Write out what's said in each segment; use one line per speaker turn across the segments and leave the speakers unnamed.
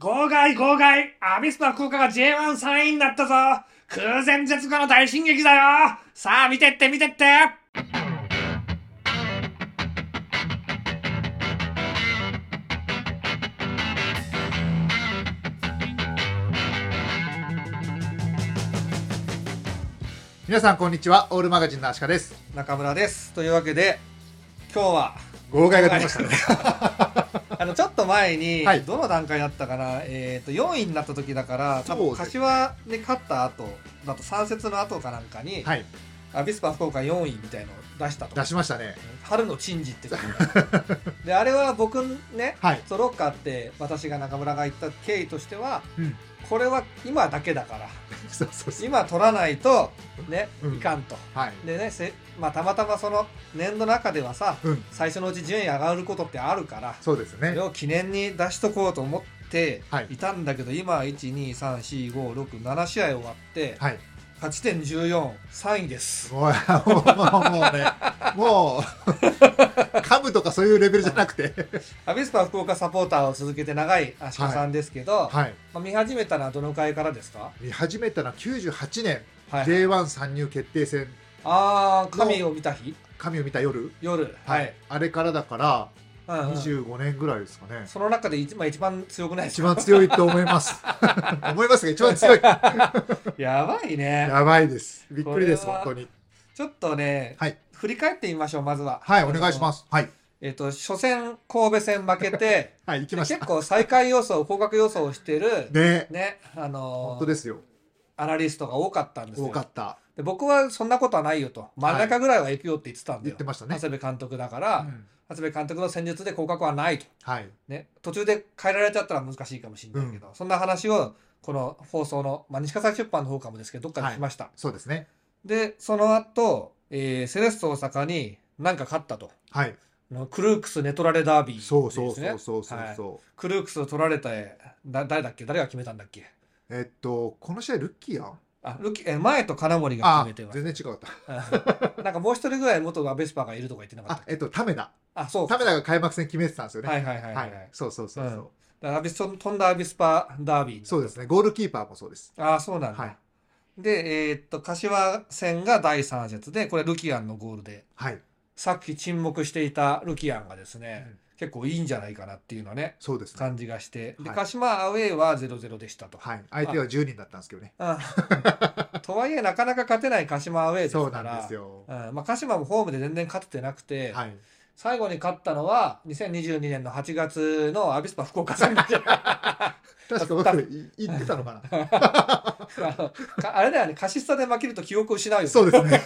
号外号外アビスパ福岡が J13 位になったぞ空前絶後の大進撃だよさあ見てって見てって
皆さんこんにちはオールマガジンのアシカです
中村ですというわけで今日は
号外が出ましたね
あのちょっと前に、
はい
どの段階だったかな、えー、と4位になった時だから多分
そうです
柏で勝った後だと3節の後かなんかに、
はい
アビスパ福岡4位みたいのを出したと
出しましたね
春の珍事って 時がであれは僕ね
はい、
ソロッカーって私が中村が言った経緯としては
うん、
これは今だけだから
そうそうそう
今取らないとね、
うん
いかんと
はい
でねせ、まあ、たまたまその年度の中ではさ
うん
最初のうち順位上がることってあるから
そうで
そ
すね
れを記念に出しとこうと思って
はい
いたんだけど、今1234567試合終わって、
はい
勝ち点143位です
もうもうもうねもう噛むとかそういうレベルじゃなくて
アビスパ福岡サポーターを続けて長い足利さんですけど、
はい
まあ、見始めたのはどの回からですか、
見始めたのは98年
はい
J1 参入決定戦
ああ神を見た日
神を見た夜
夜はい、
あれからだから
うんうん
25年ぐらいですかね
その中で一,、まあ、一番強くないです
一
か
番強いと思います 思いますが一番強い
やばいね
やばいですびっくりです
これは
本当に
ちょっとね、
はい
振り返ってみましょうまずは
はいお願いしますすはい
えっ、と初戦神戸戦負けて
はい行きまし
結
た
構最下位予想、降格予想をしてる、ね、
ね
あの
本当
ー
ですよ
アナリストが多かったんですよ
多かった
で。僕はそんなことはないよと、真ん中ぐらいは行くよって言ってたんだ
言
よ。
ってましたね
長谷部監督だから、
うん
長谷部監督の戦術で降格はないと。
はい
ね、途中で変えられちゃったら難しいかもしれないけど、そんな話を、この放送の、まあ、西葛西出版の方かもですけど、どっかでしました。
そうですね
で、その後、えーセレッソ大阪に何か勝ったと。
はい
あのクルークスネトラレダービー、
そうそ
で
う
す
そう
ね
そうそうそう、
クルークスを取られただ誰だっけ誰が決めたんだっけ
えっとこの試合ルッキーやん
あルキえ前と金森が
あ
決めて
全然違かった
ます。 なんかもう一人ぐらい元アベスパーがいるとか言ってなかった
あ
っけ
えっとタメダ
あ、そう
タ
か。
メダが開幕戦決めてたんですよね
はいはいはいはい。
そうそうそうそう、
うんだからアビス飛んだアビスパーダービー。
そうですねゴールキーパーもそうです
ああ、そうなんだ。
はい
で、えーっと、柏戦が第3節で、これルキアンのゴールで、
はい
さっき沈黙していたルキアンがですね、
うん
結構いいんじゃないかなっていうのはね、
そうですね
感じがして。で、
はい
鹿島アウェイは0-0でしたと。
はい相手は10人だったんですけどね
うん とはいえ、なかなか勝てない鹿島アウェイです
そう
か
なん
ら
です、よ
うんまあ、鹿島もホームで全然勝ててなくて、
はい
最後に勝ったのは2022年の8月のアビスパ福岡戦だ
確か僕い言ってたのかな
あのかあれだよねカシスタで負けると記憶を失うよね
そうですね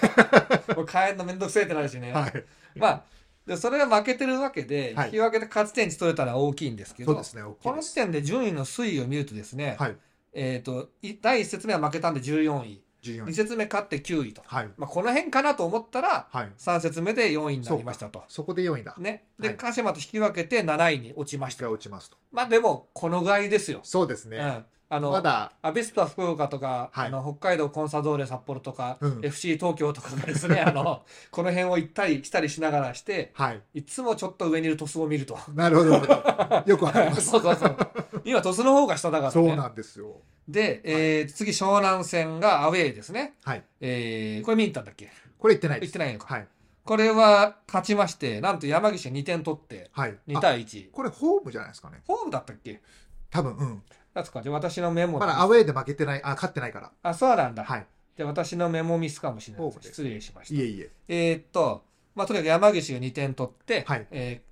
もう変えんのめんどくせえってなるしね、
はい
まあでそれが負けてるわけで、
はい
引き分けで勝ち点値取れたのは大きいんですけ
そう
ど
ですね大き
こ
い
の
で
時
す
点で順位の推移を見るとですね、
はい
えっ、とい第1節目は負けたんで14位
14
2
位
節目勝って9位と、
はい
まあ、この辺かなと思ったら
はい
3節目で4位になりましたと。
そこで4位だ
ね、で、
はい
鹿島と引き分けて7位に落ちまし
一
た
回。落ちますと
まあでも、このぐらいですよ。
そうです
う
ね
ん、あの、
まだ
アビスパ福岡とか、
はい
あの北海道コンサドーレ札幌とか、
うん
FC 東京とかがですねあのこの辺を行ったり来たりしながらして
はい
いつもちょっと上にいる鳥栖を見ると
なるほどなるほどよくわかりま す
そうそうそう今鳥栖の方が下だからね
そうなんですよ
で、えー次湘南戦がアウェーですね、
はい
えーこれ見に行ったんだっけ
これ言ってないで
行っ
す
てないのか、
はい
これは勝ちましてなんと山岸2点取って
はい
2
あ
対1
これホームじゃないですかね
ホームだったっけ
多分うん
なんつうかじゃあ私のメモ
まだ
だ
アウェーで負けてないあ勝ってないから
あそうなんだ、
はい
じゃあ私のメモミスかもしれない
ホームです
失礼しました
いえいえ
えーっと、まあ、とにかく山岸が2点取って、
はい
えー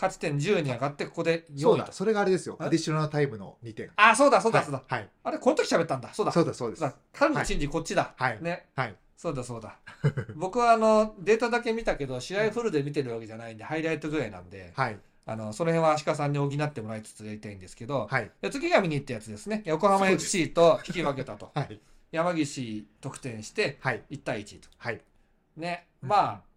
勝ち点10に上がって、ここで
そ
4
う
位
だ
と。
それがあれですよ
え
アディショナルタイムの2点
あ、そうだ、そうだ、そうだ。
はい
あれ、この時喋ったんだ。そうだ。
そうだそうです
だ彼の珍事、こっちだ。
はい
ね。
はい
そうだ、そうだ。僕は、あの、データだけ見たけど、試合フルで見てるわけじゃないんで、ハイライトぐらいなんで、
はい
あの、その辺は足利さんに補ってもらいつつやりたいんですけど、
はい
で次が見に行ったやつですね。横浜 FC と引き分けたと。
はい
山岸得点して、
はい
1対1と。
はい
ね、
うん
まあ、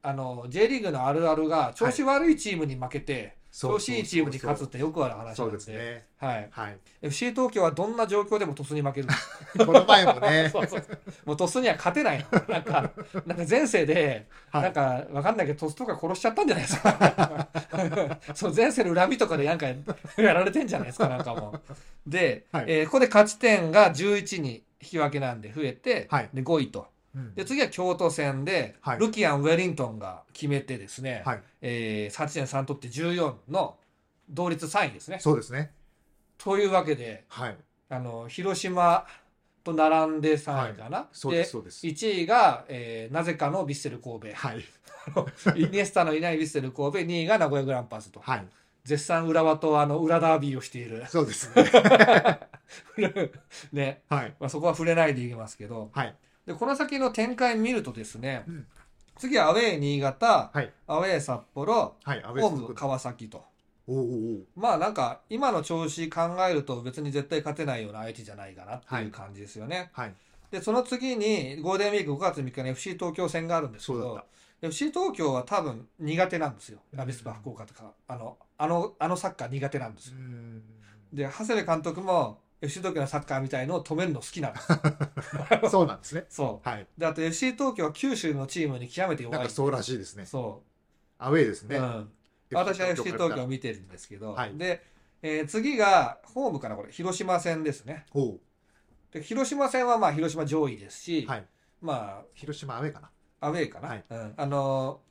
あの J リーグのあるあるが調子悪いチームに負けて、
そう
調子いいチームに勝つってよくある話な
そ
ん
う
で
ですね。
はい、
はい。
FC 東京はどんな状況でも鳥栖に負ける
この前も ね、
そうそうもう鳥栖には勝てないのなんかなんか前世で、
はい
なんかわかんないけど鳥栖とか殺しちゃったんじゃないですか そう前世の恨みとかでなんかやられてんじゃないですかなんかもうで、
はい
えーここで勝ち点が11に引き分けなんで増えて、
はい
で5位と
うん
で次は京都戦で、
はい
ルキアン・ウェリントンが決めてですね、
はい。
えー、8.3取って14の同率3位ですね。
そうですね。
というわけで
はい。
あの広島と並んで3位かな。
そうです、そうです。
1位が、えーなぜかのヴィッセル神
はい。
戸 イニエスタのいないヴィッセル神戸2位が名古屋グランパーズと、
はい。
絶賛浦和とあの裏ダービーをしている
そうですね。
ね、
はい。
まあ、そこは触れないでいきますけど
はい。
でこの先の展開見るとですね、
うん
次はアウェー新潟、
はい
アウェー札幌
はい。安倍
ホ
さ
ー
ん
ム川崎と。
おうおうおう
まあなんか今の調子考えると別に絶対勝てないような相手じゃないかなっていう感じですよね。
はい。
でその次にゴールデンウィーク5月3日に FC 東京戦があるんですけ
そうだっ
ど FC 東京は多分苦手なんですよ。ラビスパ福岡とかあのあのあのサッカー苦手なんです
た。う
よ。
ん。
で長谷部監督も FC 東京のサッカーみたいのを止めるの好き なんですよ。
そうなんですね。
そ
はい。
うであと FC 東京は九州のチームに極めて弱
なん
い
かそうらしいですね。
そ
アウェイです
う、
ね。
うん、私は FC 東京を
から。
見てるんですけど、
はい
で、えー次がホームかなこれ広島戦ですね。
おう
で広島戦はまあ広島上位ですし、
はい
ま
広島アウェイかな。
あアウェーかな、
はい
うんあのー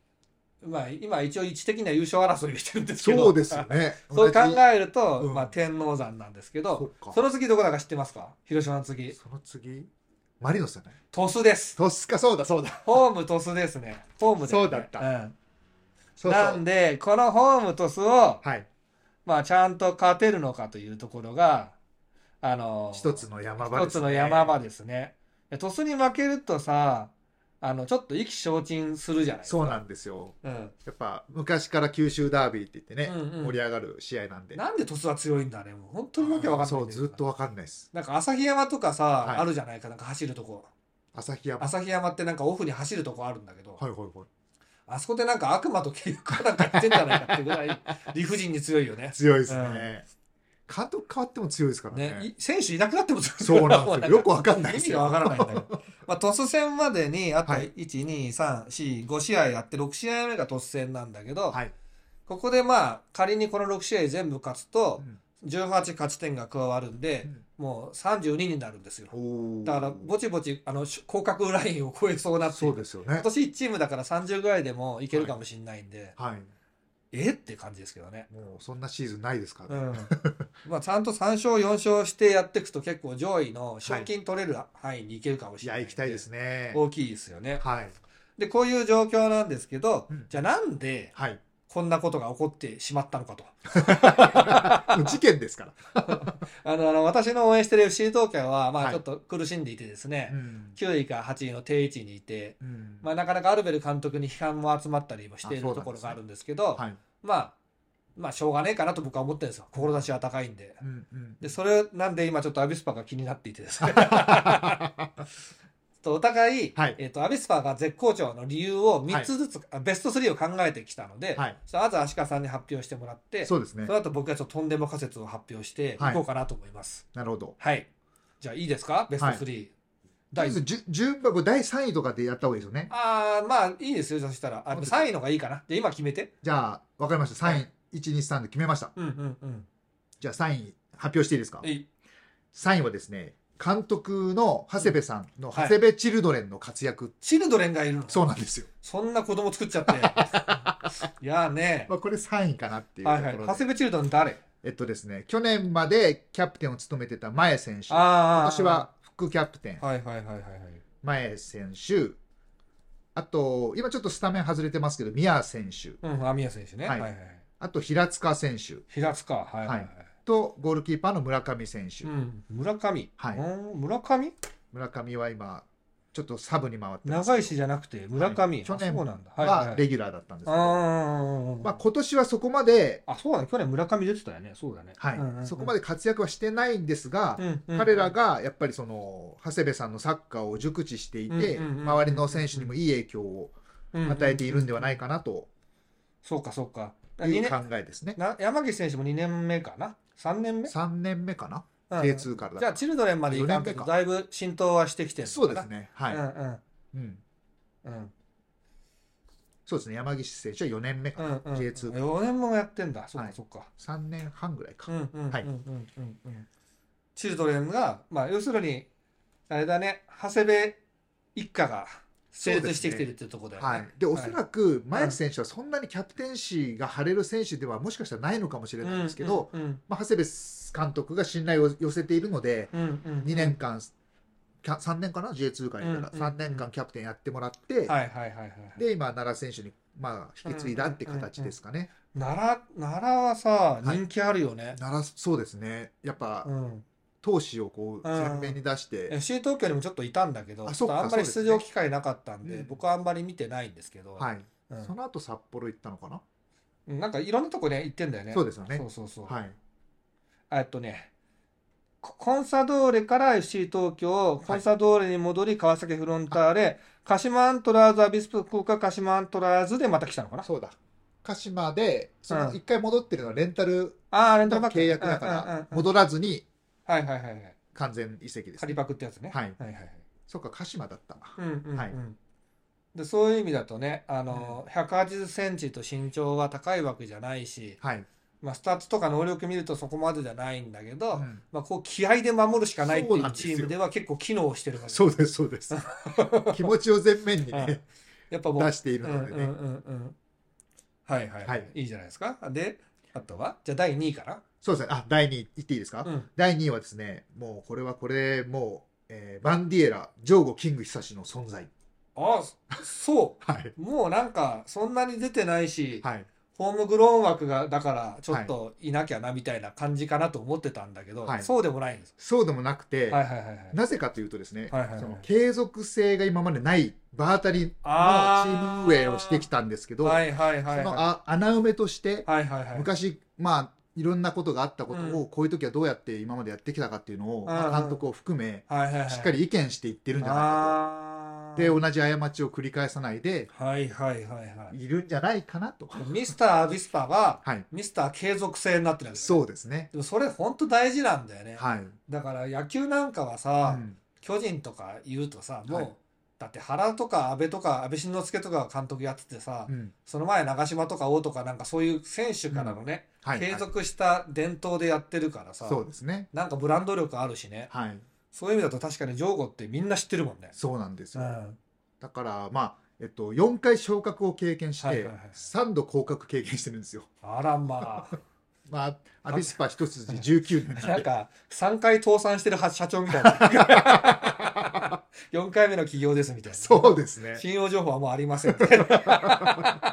まあ今一応位置的には優勝争いをしてるんですけど
そうですよね。
そう考
同じ
えると、
うん
まあ、天王山なんですけ
そ
ど
っか
その次どこだか知ってますか広島の次
その次、マリノスだね。
鳥栖です
トスか、そうだ、そうだ。
ホーム鳥栖ですねホームで、
そうだった
うん
そうそ
なん
う。
でこのホーム鳥栖を、
はい。
まあ、ちゃんと勝てるのかというところがあのー
一つの山場
一つの山
場。
場ですね。で鳥栖に負けるとさ、あの、ちょっと意気消沈するじゃないですか。
そうなんですよ。
うん。
やっぱ、昔から九州ダービーって言ってね、
うんうん
盛り上がる試合なんで。
なんで鳥栖は強いんだね。もう本当にわけわかんない。
そう、ずっと。わかんないです。
なんか旭山とかさ、
はい
あるじゃないか、なんか走るとこ。
旭山。はい
旭山ってなんかオフに走るとこあるんだけど、
はいはい。
あそこでなんか悪魔と契約かなんかやってんじゃないかってぐら い理不尽に強いよね。
強いですね。監督変わっても強いですから
ね、
ね。
い選手いなくなっても強い
そうな んですよ。よくわかんない
意
です
味がわ
よ。
からないんだけ ど。まあ、トス戦までに、あと
はい
1、2、3、4、5試合やって、6試合目がトス戦なんだけど、
はい
ここでまあ、仮にこの6試合全部勝つと
う、ん
18勝ち点が加わるんで、もう32になるんですよ。
おー
だから、ぼちぼち、あの、し降格ラインを超えそうなってい
そううですよね
今。年1チームだから30ぐらいでもいけるかもしれないんで、
はい。
えって感じですけどね。
もう、そんなシーズンないですから
う
ね。
ん、まあちゃんと3勝4勝してやっていくと結構上位の賞金取れる範囲にいけるかもし
い
れ
や、
ないん
行きたいですね。
大きいですよね。
はい。
で、こういう状況なんですけど、
うん
じゃあなんで
はい。
こんなことが起こってしまったのかと。
事件ですから。
あの、あの私の応援してる FC 東京は、ま
は
あ
い
ちょっと苦しんでいてですね、
うん
9位から8位の定位置にいて、
うん
まあなかなかアルベル監督に批判も集まったりもしている
あそうなん
と
ですね
ころがあるんですけど、
はい。
まあ、まあしょうがねえかなと僕は思ってるんですよ。志は高いんで。
うんうん
で、それなんで今ちょっとアビスパが気になっていてですね。 とお互い、
はい
えっ、と、アビスパが絶好調の理由を3つずつ、あベスト3を考えてきたので、
はい。
ちょっとまず足利さんに発表してもらって、
そうですね
そ。の後僕がちょっととんでも仮説を発表してい
はい
こうかなと思います。
なるほど。
はい。じゃあいいですかベスト3。
とり
第
あえずじゅ順番、これ第3位とかでやった方がいいですよね。
ああ、まあいいですよ、そしたら。あ
そうです
3位のがいいかな。で、今決めて。
じゃあ、わかりました。3位、1、2、3で決めました。
うんうんうん。
じゃあ3位発表していいですか
えい
3位はですね、監督の長谷部さんの
はい
長谷部チルドレンの活躍。
チルドレンがいるの
そうなんですよ。
そんな子供作っちゃ って。いやーね。
まあ、これ3位かなっていうとこ
はい
ろで。
はい。長谷部チルドレン誰
えっとですね、去年までキャプテンを務めてた前選手。今
ああ。
年は副キャプテン、
はいはいはいはいはい。
前選手。あと、今ちょっとスタメン外れてますけど、宮選手。
うん、網谷選手ね。は
はいい
はいはい。
あと、平塚選手。
平塚。はいはいは
はいい。と、ゴールキーパーの村上選手。
うん、村上。
はい
うん村上
村上は今、ちょっとサブに回ってますけど
長石じゃなくて村上。
はい
あ
去年
そうなんだ。はいはい
は。レギュラーだったんですけ
あ
ど、ま
あ。
あ、今年はそこまで、
あ、そうだね。去年村上出てたよね。そうだね。
はい
うんうんうん
そこまで活躍はしてないんですが、
うんうん
彼らがやっぱりその長谷部さんのサッカーを熟知していて、
うんうんうんうん
周りの選手にもいい影響を与えているんではないかなと、
そうかそうか。
い
二
う
年
考えですね。
な山岸選手も2年目かな3年目、
3年目かな、
うん
?J2 からだ
じゃあチルドレンまで行かんけど
四年目か
だいぶ浸透はしてきてる
そうですね。
は
はい、
うんうん
うん。
うん
そうですね。山岸選手は4年目か
う
な、
んうん、
J2 から。
4年もやってんだそっ
は
か
い
そっか、
3年半ぐらいか。
うんうんうんうん
はい
うんうんチルドレンがまあ要するにあれだね長谷部一家が成立してきてるっていうところだよね
はい、でおそらく前木選手はそんなにキャプテンシーが張れる選手ではもしかしたらないのかもしれないんですけど、
うんうん
まあ、長谷部監督が信頼を寄せているので、
うんうんうん
2年間、キャ3年かな、J2 からいたら、
うんうん
3年間キャプテンやってもらって、
はいはいはいはいはい
で、今、奈良選手に、まあ、引き継いだって形ですかね。
奈良奈良はさ
はい
人気あるよね、
奈良、そうですね。やっぱ、
うん、
闘志をこう、
うん
前面に出して、
FC 東京にもちょっといたんだけど
あ
ちょ
そ
っ
っ
と
か
あんまり
そ
出
うですね
場機会なかったんで、
うん
僕はあんまり見てないんですけど、
はい。
うん
その後、札幌行ったのかな
うんなんかいろんなとこね行ってんだよね
そうですよね
そうそうそう、
はい。
えっとねココンサドーレから FC 東京コンサドーレに戻り川崎フロンターレ、鹿島アントラーズアビスプ福岡鹿島アントラーズでまた来たのかな
そうだ。鹿島で、そ
うん
の一回戻ってるのはレンタル
ああレンタル
の
バック
契約だか
うんうんうん
ら、戻らずに
はいはいはいはい
完全移籍です
仮
ね。
パクってやつね、
はい。
はいはいはい
そっか、鹿島だったな。
うんうんうん
はい
でそういう意味だとねあの、180センチと身長は高いわけじゃないし、
はい。
まあ、スタッツとか能力見るとそこまでじゃないんだけど、
うん
まあ、こう気合で守るしかないって
そう
い
な
うん
です
チ
よ
ームでは結構機能してるから
そうです、そ うです。気持ちを前面に
うん
ね、
やっぱもう
出している
うんうん
の
う
で
ん
ね。
うんはいはい、は
はいい、
いいじゃないですかであとはじゃあ第2位か
そうですね。あ、第2位言っていいですか、
な、うん、
第2位はですね、もうこれはこれ、もう、えーバンディエラ、ジョーゴ・キング久志の存在。
あそ
はい。
うもうなんかそんなに出てないし、
はい。
ホームグローン枠がだからちょっといなきゃなみたいな感じかなと思ってたんだけど、
はい
そうでもないんです。
そうでもなくて、
はいはいはいはい。
なぜかというとですね、
はいはいはい
その継続性が今までないバータリのチ
あー
ーム運営をしてきたんですけど、
はいはいはいはい。
そのあ穴埋めとして、
はいはいはい。
昔、まあ、いろんなことがあったことを、
う
こういう時はどうやって今までやってきたかっていうのを、まあ監督を含め、
はいはいはい。
しっか
り
り意見していってるんじゃないか
あ
と。
ー
で、同じ過ちを繰り返さないで、
はいはいはいはい。
いるんじゃないかなと。
ミスター・アビスパが
はい。
ミスター継続性になってるんですよね
そうですね。
でもそれ本当大事なんだよね。
はい。
だから野球なんかは
う
さ、
ん
巨人とか言うとさ、もう、
はい
だって原とか安倍とか安倍晋之助とかが監督やっててさ、
うん
その前長嶋とか王とかなんかそういう選手からのね、
はい。
継続した伝統でやってるからさ、
そうですね。
なんかブランド力あるしね
はい。
そういう意味だと確かにジョーゴってみんな知ってるもんね。
そうなんです
うん
よ。だから、まあ、えっと、4回昇格を経験し
はい
て
はいはい、
3度降格経験してるんですよ。
あらま
まあ、アビスパ一筋19
あ
年
なんか3回倒産してるは社長みたい な4回目の起業ですみたいな
そうですね。
信用情報はもうありませんみたいな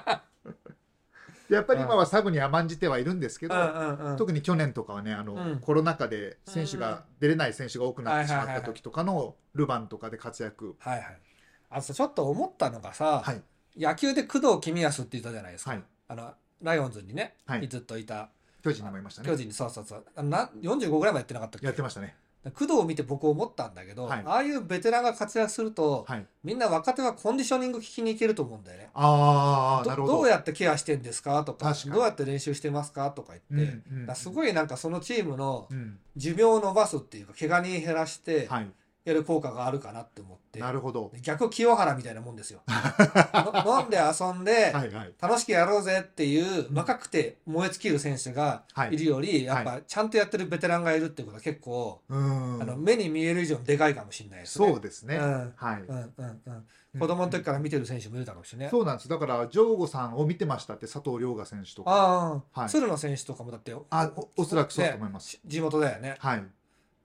やっぱり今はサブに甘んじてはいるんですけど、
うん うん
特に去年とかはね、あの、
うん
コロナ禍で選手
うんうん
が、出れない選手が多くなってしまっ
はいはい
た
はいはい
時とかのルヴァンとかで活躍。
はいはいあとさちょっと思ったのがさ、
はい。
野球で工藤公康って言ったじゃないですか、
はい。
あのライオンズにね、
はい
ずっといた
巨人にもいました
巨
ね。
人にそうそうそうあのな45ぐらいまでやってなかったっけ
やってましたね。
工藤を見て僕思ったんだけど、
はい
ああいうベテランが活躍すると、
はい。
みんな若手はコンディショニング聞きに行けると思うんだよね。
ああ、
ど
なるほど。
どうやってケアしてんですかとか
確かに
どうやって練習してますかとか
うんう
言って、
ん
だからすごいなんかそのチームの
うん
寿命を伸ばすっていうか怪我人減らして
はい。
やる効果があるかなって思って、
なるほど。
逆清原みたいなもん ですよ。の飲んで遊んで、
はいはい。
楽しくやろうぜっていう若くて燃え尽きる選手が
はい
いるより、やっぱちゃんとやってるベテランがいるってことは結構、
う
あの
ん。
目に見える以上にでかいかもしれないですね。
そうですね。
うん
はい。
うんうんうん、子供の時から見てる選手もいるだろうしね。
そうなんです。だから、ジョーゴさんを見てましたって、佐藤涼河選手とか。
ああ、
はい
鶴野選手とかもだって
あ、おおそらくそうだと思います。
し地元だよね、
はい。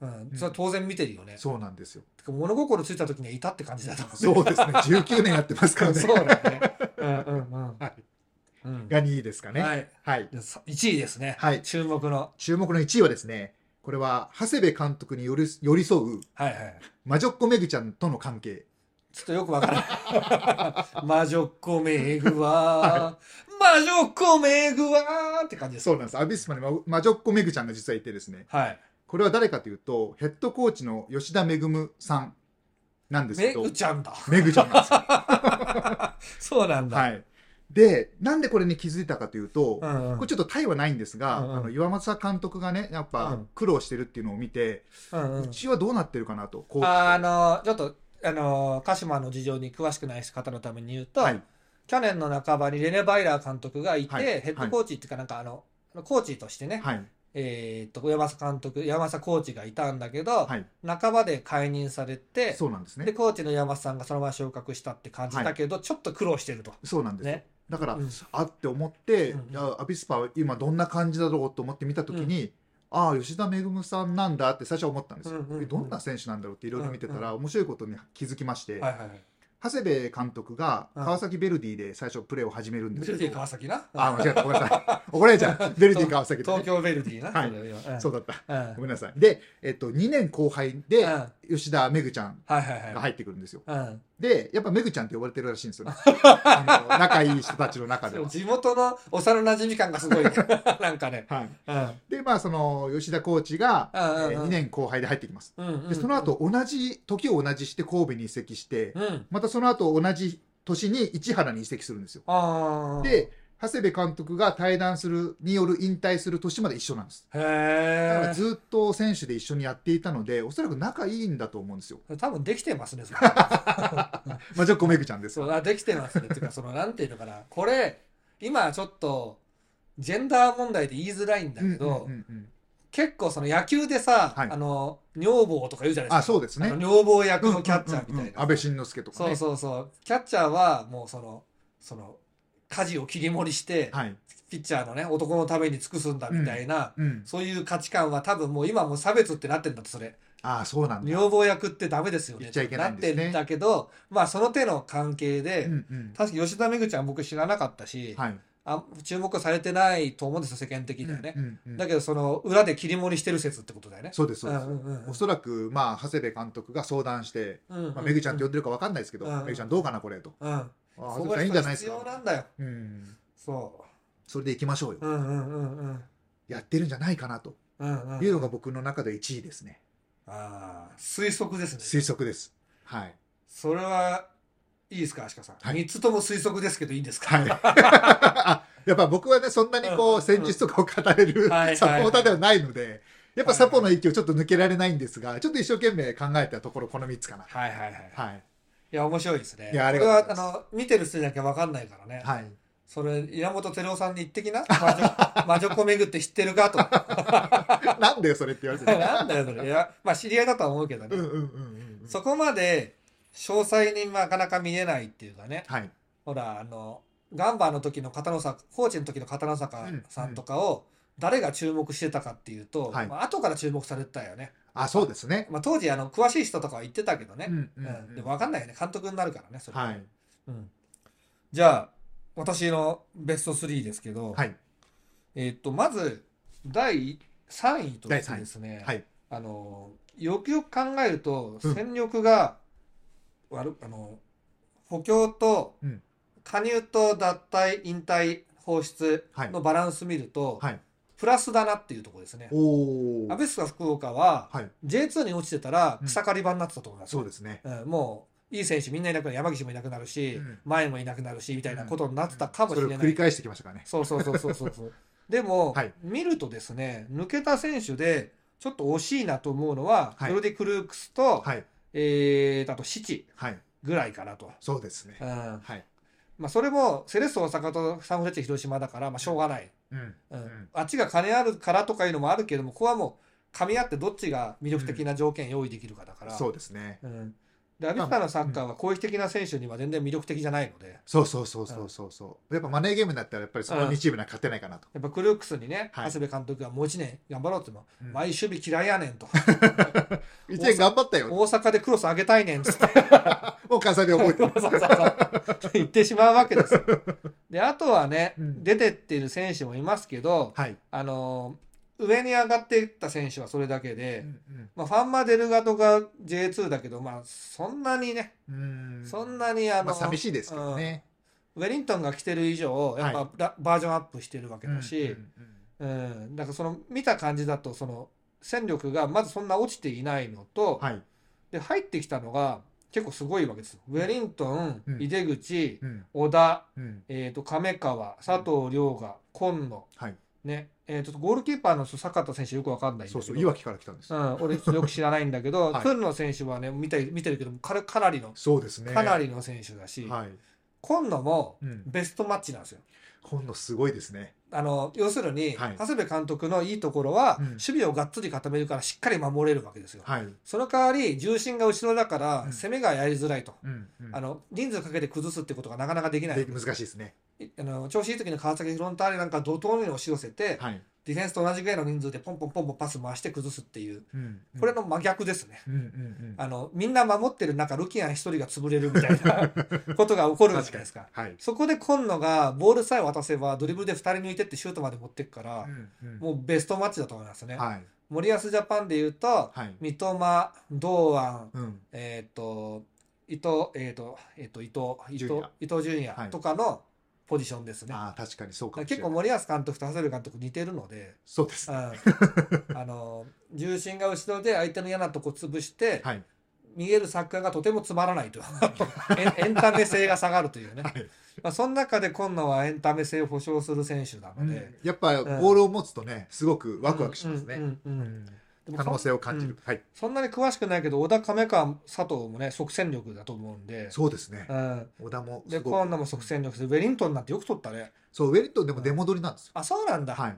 うん、それは当然見てるよね、
そうなんですよ。
てか物心ついた時にはいたって感じだと思う
そうですね。19年やってますからね。
そうだねうんうんうん
はい
うん
が2位ですかね。
は
はい。
いじゃあさ1位ですね、
はい
注目の
注目の1位はですね、これは、長谷部監督に寄り寄り添う、
はいはい
魔女っ子めぐちゃんとの関係。
ちょっとよくわからない 魔女っ子めぐわ、魔女っ子めぐわって感じです
そうなんです。アビスパにま魔女っ子めぐちゃんが実はいてですね、
はい
これは誰かというと、ヘッドコーチの吉田恵さんなんですけ
め
ど、
ぐちゃんだ
めぐちゃんなんですよ。
そうなんだ、
はい。で、なんでこれに気づいたかというと、
うんうん
これちょっとタイはないんですが、
うんうん
あの岩政監督がね、やっ
う
ぱ
ん
苦労してるっていうのを見て、
うん
う
うん
ちはどうなってるかなと、こう、
あのちょっとあの鹿島の事情に詳しくない方のために言うと、
はい、
去年の半ばにレネ・バイラー監督がいて、
はい
ヘッドコーチっていうかなんかあの、コーチとしてね、
はい、
えーっと山政監督山政コーチがいたんだけど、
はい、
半ばで解任されて
そうなんです
で
ね。
コーチの山さんがそのまま昇格したって感じだけど、ちょっと苦労してると。
そうなんです。
ね、
だから、
うん
あって思って、
うん
いやアビスパは今どんな感じだろうと思って見た時に、ああ吉田恵さんなんだって最初は思ったんですよ、
うんうんうん
えどんな選手なんだろうっていろいろ見てたら、
う
面白いことに気づきまして、
はいはいはい。
長谷部監督が
うん
川崎ベルディで最初プレーを始めるんです
ベル
け
ディ
ど、
川崎な。
あ間違ったごめんなさい怒られちゃうベルディ川崎だね
東京ベルディな。
はい
そうだようん
そうだった
うん
ごめんなさいで、えっと、2年後輩で
うんはい
吉田めぐちゃん
はいはい。
が入ってくるんですよ
うん
でやっぱめぐちゃんって呼ばれてるらしいん ですよ、ね、あの仲いい人たちの中では、
地元の幼馴染み感がすごい ね。なんかね。
はい、
うん。うん
でまあその吉田コーチが、え
うんうん
ー2年後輩で入ってきます。
うんうん。
でその後同じ時を同じして神戸に移籍して
うん。
またその後同じ年に市原に移籍するんですよ。
ああ。、
で長谷部監督が退団するによる引退する年まで一緒なんです。だか
へ
らずっと選手で一緒にやっていたのでおそらく仲いいんだと思うんですよ。
え。多分できてますね、それ
まあじゃあコメグちゃんです。
そう、あ、できてますね。っていうか、その、なんていうのかな。これ、今ちょっと、ジェンダー問題で言いづらいんだけど、
うんうんうんうん
結構その野球でさ、
はい
あの女房とか言うじゃないですか
あそうです
あ
ね
の女房役のキャッチャーみたいな、
うんうんうん安倍晋之助とか
そう
ね。
そうそうキャッチャーはもうそのその家事を切り盛りして、
はい。
ピッチャーのね男のために尽くすんだみたいな、
うん。
そういう価値観は多分もう今もう差別ってなってんだってそれ
ああそうなんだ。
女房役ってダメですよね
言っちゃいけないんですね
ってってんだけどまあその手の関係で、
うんうん。
確か吉田めぐちゃん僕知らなかったし、
はい。
あ注目されてないと思うんですよ世間的にはね、
うんうんうん
だけどその裏で切り盛りしてる説ってことだよね
そうですそうです。
んうんうん
おそらく、まあ、長谷部監督が相談して、まあ、めぐちゃんって呼んでるかわかんないですけど、
うん
めぐちゃんどうかな、これと。
うん、うん、
ああ、それいいんじゃないです
そこが必要な
か。
んだよ
うん。
そ
それで行きましょうよ
う。うんうんうんうん
やってるんじゃないかなと
うんうん
いうのが僕の中で1位ですね。
ああ推測ですね
推測です。はい。
それはいいですか足利さん、
はい
三つとも推測ですけどいいんですか、
はいあ。 やっぱ僕はね、そんなにこ
うん
う、戦術とかを語れる
はいはい
サポーターではないので、やっぱサポの域をちょっと抜けられないんですが、ちょっと一生懸命考えたところ、この3つかな。
はいはいはい
はい。
いや面白いですね
いやあり
これ
が
は
とう
あ
ございます
の見てる人じゃなきゃ分かんないからね、
はい。
それ稲本照夫さんに言ってきな魔女 魔女子巡って知ってる かと
なんだよ、それって言われてね。
なんだよそれいやまあ知り合いだとは思うけどね、
うんうんうんうん。
そこまで詳細になかなか見えないっていうかね
はい。
ほらあのガンバの時の片野坂コーチの時の片野坂さんとかを誰が注目してたかっていうと、
はい
まあ後から注目されてたよね、
あ、そうですね。
まあ、当時あの詳しい人とかは言ってたけどね、
うんうん
うんで
うん
も分かんないよね監督になるからねそれは
はい。
うん、じゃあ私のベスト3ですけど、
はい。
えーっとまず第3位としてですね、
はい。
あのよくよく考えると
うん
戦力が悪、あの補強と
うん
加入と脱退引退放出
はい
のバランス見ると、
はい。
プラスだなっていうところですね。
お
ア
お。
ベスカ福岡は
はい。
J2 に落ちてたら
うん
草刈り場になってたと思います、
そうですね。
うんもういい選手みんないなくなる山岸もいなくなるし、
うん
前もいなくなるしみたいなことになってたかもしれな
そ
い、
れを繰り返してきましたからね。
そうそうそうそうそうそう。でも、
はい
見るとですね、抜けた選手で、ちょっと惜しいなと思うのは、
はい
ヨルディ・クルークスと、
はい。
えー、あと、シチ
はい。
ぐらいかなと。
そうですね
う。ん。
はい。
まあ、それも、セレッソ大阪とサンフレッチェ広島だから、まあ、しょうがない。
うん。
う
うんん。
あっちが金あるからとかいうのもあるけども、ここはもう、噛み合ってどっちが魅力的な条件用意できるかだから。
そうですね。
うん。で、アビスパのサッカーは攻撃的な選手には全然魅力的じゃないので、
そうそうそうそうそうそう。やっぱマネーゲームだったらやっぱりその2チームには勝てないかなと。
やっぱクルークスにね、
はい
長谷部監督がもう一年頑張ろうって言っても、
うん
毎守備嫌いやねんと。
一年頑張ったよ。
大阪でクロス上げたいねんっつって
もう関西で覚えてる。
そうそうそう言ってしまうわけですよ。であとはね、
うん
出てってる選手もいますけど、
はい。
あのー上に上がっていった選手はそれだけ
う
で、
ん
まあ、ファンマ・デルガとか J2 だけど、まあ、そんなにね、
うん。
そんなにあの、
まあ寂しいですけどね。
ウェリントンが来てる以上やっぱ、
は
ラバージョンアップしてるわけだし、
うんうんうん
うんだからその見た感じだとその戦力がまずそんな落ちていないのと、
はい。
で入ってきたのが結構すごいわけですよ。ウェリントン
う、ん
井出口、
うん。
小田、
うん。
えー、と亀川、佐藤涼が、今野、
はい。
ねえー、とゴールキーパーの坂田選手よくわかんないんだけ
そ
ど
うそう、いわきから来たんです。
うん、俺よく知らないんだけど、
はい
鶴野選手はね見て見てるけどもかかなりの
そうですね。
かなりの選手だし、
はい。
今野も
うん。
ベストマッチなんですよ。
今度すごいですね。
あの要するに、
はい
長谷部監督のいいところは、
うん
守備をがっつり固めるからしっかり守れるわけですよ。
はい。
その代わり重心が後ろだから、
うん
攻めがやりづらいと、
うん。うん
あの人数かけて崩すってことがなかなかできない
で難しいですね。
いあの調子いい時の川崎フロンターレなんか怒涛のように押し寄せて、
はい。
ディフェンスと同じぐらいの人数でポンポンポンポンパス回して崩すっていう
うん。
これの真逆ですね。
うん。うんうん。
あのみんな守ってる中ルキアン一人が潰れるみたいなことが起こるわけじゃないですか。
はい。
そこで今野がボールさえ渡せばドリブルで2人抜いてってシュートまで持ってくから、もうベストマッチだと思いますね。
はい。
森保ジャパンで言うと、
はい。
三笘、堂安、
うん。
えっ、と、伊藤、えっ、と、えっ、と、伊藤、伊
ジュ
藤
ニア、
伊藤純
は
也
い
とかのポジションですね。
ああ、確かにそう
だ
か
から
もしれ
結
な
構
い。
森保監督と長谷部監督似てるので、
そうです
う。んあ の、重心が後ろで相手の嫌なとこ潰して、
はい。
見えるサッカーがとてもつまらないと エンエンタメ性が下がるというね、
はい
まあ、その中で今野はエンタメ性を保証する選手なので、
やっぱボールを持つとね、すごくワクワクします
う
ね。
んうんうん
うん
でも
可能性を感じ
う
る
ん。
はい。
そんなに詳しくないけど小田亀川佐藤もね即戦力だと思うんで
そうですね
う、。ん、
小田も
です
ごく
今野も即戦力でウェリントンなんてよく取ったね
そう、ウェリントンでも出戻りなんですよ。
あそうなんだ、
はい。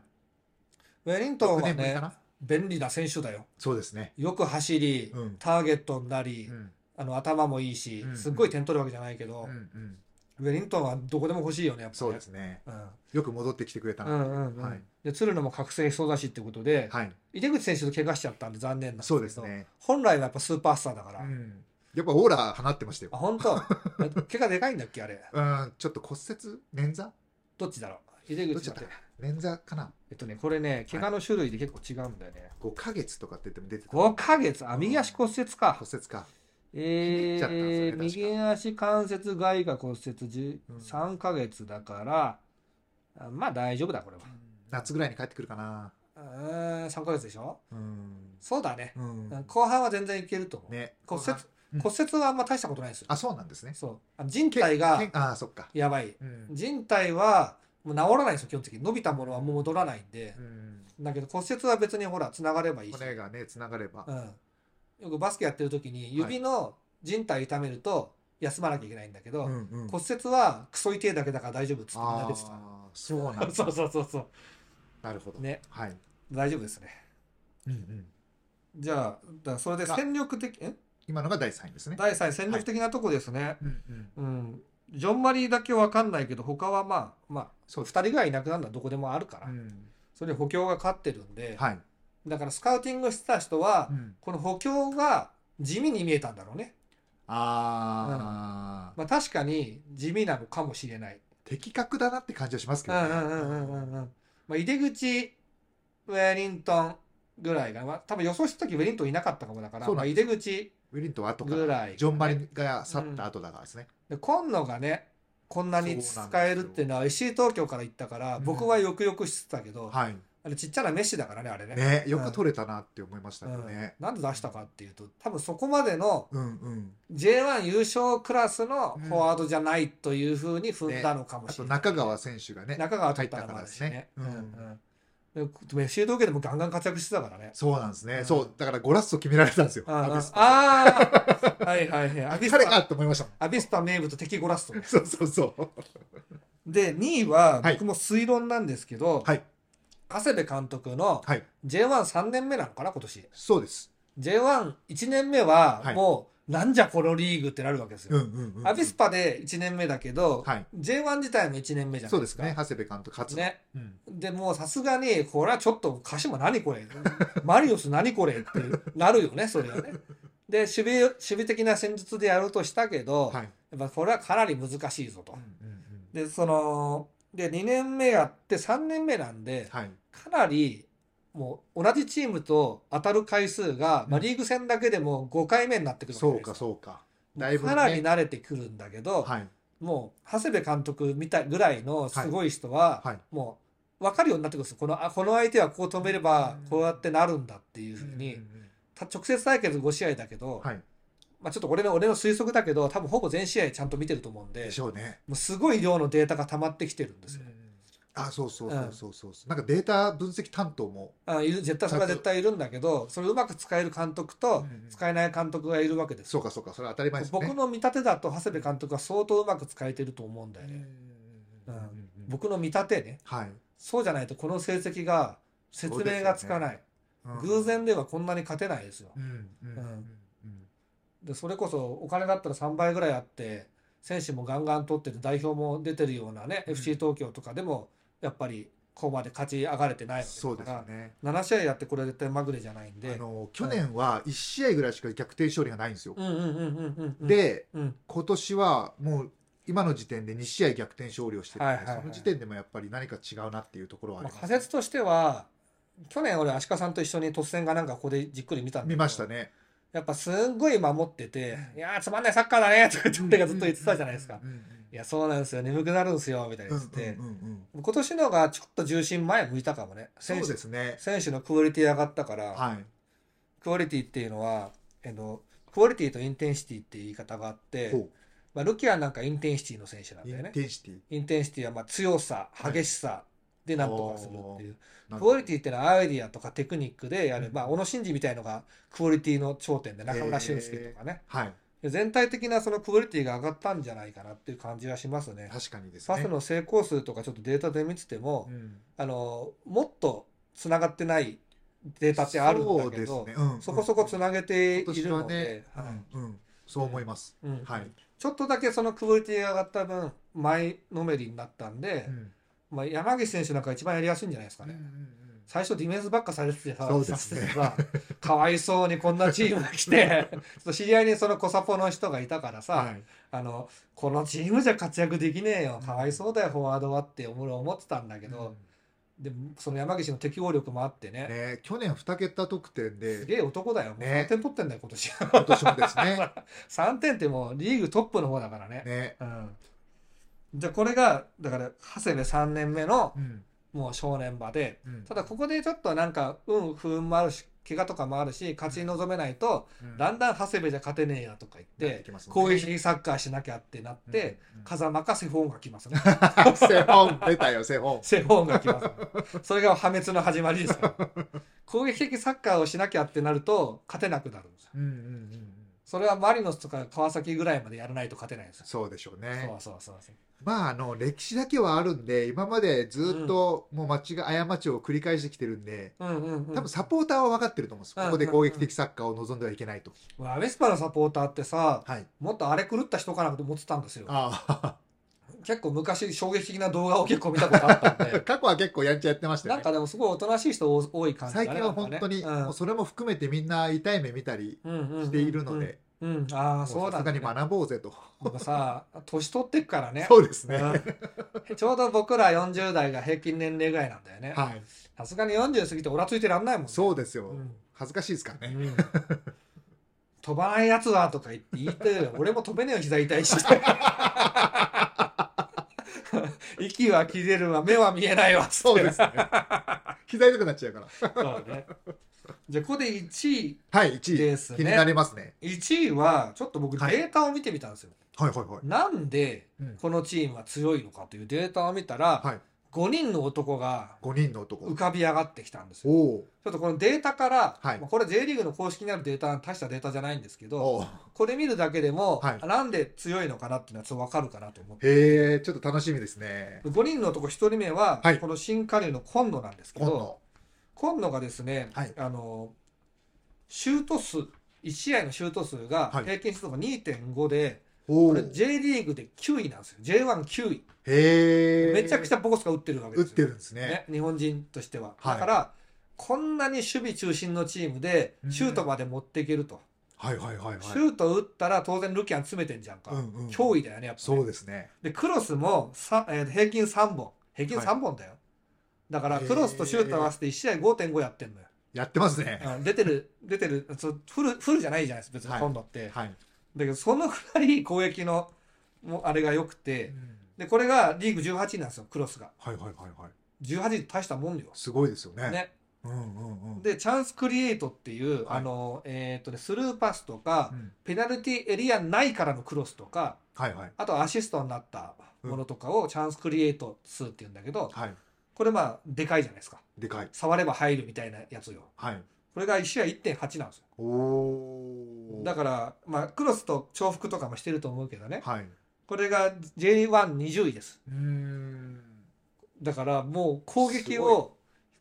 ウェリントンは
6年ぶりか
ね
な。
便利な選手だよ
そうですね。
よく走り、
うん
ターゲットになり、
ん。
あの頭もいいし、
うん
すっごい点取るわけじゃないけ
う
ど
ん、うん。
ウェリントンはどこでも欲しいよねやっぱね
そうですね。
うん
よく戻ってきてくれた
う
な。
んうんうん
はい
で鶴野も覚醒しそうだしってことで、
はい。
井出口選手と怪我しちゃったんで残念なん
そう
け
で
ど
すね。
本来はやっぱスーパースターだから、
うん。やっぱオーラ放ってましたよ
あ。本当 怪我でかいんだっけあれ
うん、ちょっと骨折捻挫
どっちだろう井出口
どっち
だ
だ
っ
ってたかな捻挫かな
えっとねこれね怪我の種類で結構違うんだよね、
?5 ヶ月とかって言っても出てた。
5ヶ月あ右足骨折か、
骨折か。
え
ひねっちゃったんですよ
ー
ね確か
右足関節外科骨折
うん
3ヶ月だから、あまあ大丈夫だこれは
夏ぐらいに帰ってくるかな。
うーん3ヶ月でしょ
うん。
そうだね、
う
うん
ん。
後半は全然いけると思う、
ね。
骨折
うん
骨折はあんま大したことないですよ
あ、そうなんですね。
そうあ人体が
けんあー、そっか。
やばい
うん。
人体はもう治らないんですよ基本的に伸びたものはもう戻らないんで
うん
だけど骨折は別にほらつながればいいし、
骨がね、繋がれば
う。ん、よくバスケやってる時に指の人体痛めると休まなきゃいけないんだけど、
うんうん
骨折はクソ痛いだけだから大丈夫っつってみんな
あ
出てた
あ、そうなん だ。
そうそうそうそう
なるほど。
ね
はい。
大丈夫ですね
うんうん。
じゃあだからそれで
が
戦力的え
今のが第三位ですね。
第3位戦力的なとこですね、
うんうん。
うんジョン・マリーだけわかんないけど他はまあまあ
そう
2人ぐらいいなくなるのはどこでもあるから、
うん。
それで補強が勝ってるんで、
はい。
だからスカウティングしてた人は、
うん
この補強が地味に見えたんだろうね。
ああ、
まあ確かに地味なのかもしれない。
的確だなって感じはしますけ
う
どね。
んうんうんうんうんうん。まあ井出口、ウェリントンぐらいが、まあ多分予想した時ウェリントンいなかったかもだから、
そう
ま
な
あ
ん
井
で
出口、
ウィリントンは後か
ぐ
ら、
らい
ジョン・マリが去った後だからですね。
で今野がね、こんなに使えるっていうのは SC 東京から行ったから、
うん
僕はよくよく知ってたけど、
はい。
あれちっちゃなメッシだからね、あれね。
ね、よく取れたなって思いました
う
けど
ん
ね。
なんで出したかっていうと、多分そこまでの
うんうん。
J1 優勝クラスのフォワードじゃないというふうに踏んだのかも
あ
しれ
と
ない。
中川選手がね、
中川取ったのもあるしね。うんう
入ったからですね
んでメッシ東京でもガンガン活躍してたからね。
そうなんですね。
うん
そう、だからゴラッソ決められたんですよ。
うんうん
アビスパ
ああ、はいはいはい。アビス
彼
パ
かと思いましたもん。
アビスパ名物敵ゴラスト。
そうそうそう。
で、2位は
はい
僕も推論なんですけど、
はい。
長谷部監督の
はい。
J13 年目なのかな、今年。
そうです。
J11 年目は
はい
もう、なんじゃこのリーグってなるわけです
うん
よ。
うんうん。
アビスパで1年目だけど、
はい。
J1 自体も1年目じゃな
そ
いうで
ですす
か。
ね。長谷部監督初の。
ね。
うん。
でもうさすがにこれはちょっと鹿島何これマリオス何これってなるよねそれはね。で守備守備的な戦術でやろうとしたけど、
はい。
やっぱこれはかなり難しいぞと
う。んうんうん
でそので2年目やって3年目なんで
はい。
かなりもう同じチームと当たる回数が、まあ、
うん
リーグ戦だけでも5回目になってくるわけじゃな
そう
いです
か
か
そうか。だいぶね
かなり慣れてくるんだけど、
はい。
もう長谷部監督みたいぐらいのすごい人は、
はい。
もう分かるようになってくるんですよこのあこの相手はこう止めれば
うん
こうやってなるんだっていうふうに、
うんうんうん
た直接対決5試合だけど、
はい。
まあ、ちょっと俺の俺の推測だけど多分ほぼ全試合ちゃんと見てると思うんで
でしょうね。
もうすごい量のデータが溜まってきてるんですよ、
あ、そうそうそうそうそうそう。なんかデータ分析担当も。
あいる絶対それは絶対いるんだけどそれをうまく使える監督と
うん
使えない監督がいるわけです
そ
よ、
うかそうか、それは当たり前ですね。
僕の見立てだと長谷部監督は相当うまく使えてると思うんだよね、
うん
うん僕の見立てね
はい。
そうじゃないとこの成績が説明がつかない、偶然ではこんなに勝てないですよ、
うんうん
うんでそれこそお金だったら3倍ぐらいあって選手もガンガン取ってて代表も出てるようなね、
うん
FC 東京とかでもやっぱりここまで勝ち上がれてないわけです
そう
か
です
ら
よね。
7試合やってこれ絶対まぐれじゃないん
あ
で
の去年は1試合ぐらいしか逆転勝利がないんですよ
う。んうんうんうんうんうん
で、
うん
今年はもう今の時点で2試合逆転勝利をしてるん
は
で、
いはいはい
その時点でもやっぱり何か違うなっていうところはあ
ま
り
あ
ます、
仮説としては去年俺足利さんと一緒に突然がなんかここでじっくり見たんだけど
見ましたね。
やっぱすんごい守ってて「いやーつまんないサッカーだね」とかって俺がずっと言ってたじゃないですか
うんうんうん
「いやそうなんですよ眠くなるんですよ」みたいな
うん
言ってて
うんうんうん
今年のがちょっと重心前向いたかもね
そう
選手
ですね。
選手のクオリティ上がったから、
はい。
クオリティっていうのはあのクオリティとインテンシティっていう言い方があって、
ほ
まあ、ルキアンなんかインテンシティの選手なん
う。
だよ
イン
ね
テンシティ。
インテンシティはまあ強さ
はい
激しさでなんとかするっていう、
なんか
クオリティっていうのはアイディアとかテクニックでやる、
うん
まあ小野伸二みたいのがクオリティの頂点で中村俊輔とかね、
はい。
で全体的なそのクオリティが上がったんじゃないかなっていう感じはしますね
確かにです
パ
ね。
スの成功数とかちょっとデータで見てても、
うん
あのもっとつながってないデータってあるんだけど
そうですねうん
そこそこつなげているので、
今年はねうんうんそう思います。
うんうん
はい。
ちょっとだけそのクオリティが上がった分前のめりになったんで、
うん
まあ、山岸選手なんか一番やりやすいんじゃないですかね、最初ディフェンスばっかされててさ
そうですね
させてさかわいそうにこんなチームが来 てちょっと知り合いにそのコサポの人がいたからさ、
はい。
あのこのチームじゃ活躍できねえよかわいそうだよフォワードはって俺思ってたんだけど、でもその山岸の適応力もあってね
ね去年2桁得点
す
で、
げえ男だよ。もう3
ね
点取ってんだよ、今年。
今年もですね。
3点ってもうリーグトップの方だからね。
ね。
うん。じゃあこれが、だから、長谷部3年目の
うん
もう少年場で、
うん
ただここでちょっとなんか、運、不運もあるし、怪我とかもあるし、勝ち臨めないと、
うん
だんだん長谷部じゃ勝てねえやとか言
な
っ
っ
て
き
て
ます、ね
攻撃的サッカーしなきゃってなって、、風間かセフォンが来ます ね。
うんセホン出たよ、セホン。
セフォンが来ます。それが破滅の始まりですから。攻撃的サッカーをしなきゃってなると、勝てなくなるんですよ
うんうんうんうん
それはマリノスとか川崎ぐらいまでやらないと勝てないんですよ。
そうでしょうね
そう。そうそうそう。
まあ、あの、歴史だけはあるんで、今までずっともう間違い、過ちを繰り返してきてるんで、
うんうん、うん。
多分サポーターは分かってると思うんです。
うん
ここで攻撃的サッカーを望んではいけないと。
俺アベスパのサポーターってさ、
はい。
もっとあれ狂った人かなと思ってたんですよ。
あ
結構昔衝撃的な動画を結構見たことあったん
あ、
で。
過去は結構やんちゃやってましたよ
な
ね
ん。かでもすごいおとなしい人多い感じだね
最近は本当に、
なんかね
もうそれも含めてみんな痛い目見たり
うんうんうんうん
しているので、
うん、ああ
も
そううだ
さすが
ね
に学ぼうぜと。
僕さ年取ってくからね
そうですね。は
うん ちょうど僕ら40代が平均年齢ぐらいなんだよね
い。
さすがに40過ぎておらついてらんないもんね
そうですよ。
うん
恥ずかしいですからね。
うん飛ばないやつはとか言って言ってるよ 俺も飛べねえよ膝痛いし 息は切れるわ目は見えないわつっ
そう
て
ですね。膝痛くなっちゃうから。
そうねじゃあここで1位
はい、1位。
ですね
気になりますね。
1位はちょっと僕デ
はい
ータを見てみたんですよ、
はいはいはい。
なんで
うん
このチームは強いのかというデータを見たら、
はい。
5人の男が
5人の男
浮。かび上がってきたんです
お
よ
お
ちょっとこのデータから、
はい
まあこれ J リーグの公式にあるデータ大したデータじゃないんですけ
ー。
ど
おお。
これ見るだけでも、
はい
なんで強いのかなっていうのはちょっとわかるかなと思って。
へえ、ちょっと楽しみですね。
5人の男1人目は、
はい
この新加入の今野なんですけ
今
ど、
度。
今野がですね、
はい
あの、シュート数、1試合のシュート数が
はい
平均数が2.5で、
お
こ
お。
れ J リーグで9位なんですよ。J19 位。
へえ。
めちゃくち
ゃ
ゃボコスカ打ってるわけで
打っ
すよ。
てるんですね。
ね、日本人としては。
は
だ
い
から、こんなに守備中心のチームで、シュートまで持っていけると。
はいはいはい
シ
はい。
ュート打ったら当然ルキアン詰めてんじゃんか。
うんうん
脅威だよね、やっぱ、ね。
そうですね。
でクロスもさ、えー平均3本平均
はい
3本だよ、だから
へー
クロスとシュート合わせて1試合5.5やってんのよ、
やってますね。
うん出てる出てるそうフルフルじゃないじゃないですか別に
はい
今度って、
はい。
だけどそのくらい攻撃のもうあれが良くてでこれがリーグ18位なんですよクロスが
はいはいはいはい。
18位大したもんよ、
すごいですよね。
ね
うんうんうん。
でチャンスクリエイトっていう、
はい
あのえーっとね、スルーパスとか、
うん
ペナルティエリア内からのクロスとか
はいはい。
あとアシストになったものとかをチャンスクリエイト2っていうんだけど
はい。
これまあでかいじゃないですか
でかい。
触れば入るみたいなやつよ
はい。
これが1試合1.8なんですよ
おお。
だから、まあ、クロスと重複とかもしてると思うけどね
はい。
これが J120 位です
うーん。
だからもう攻撃を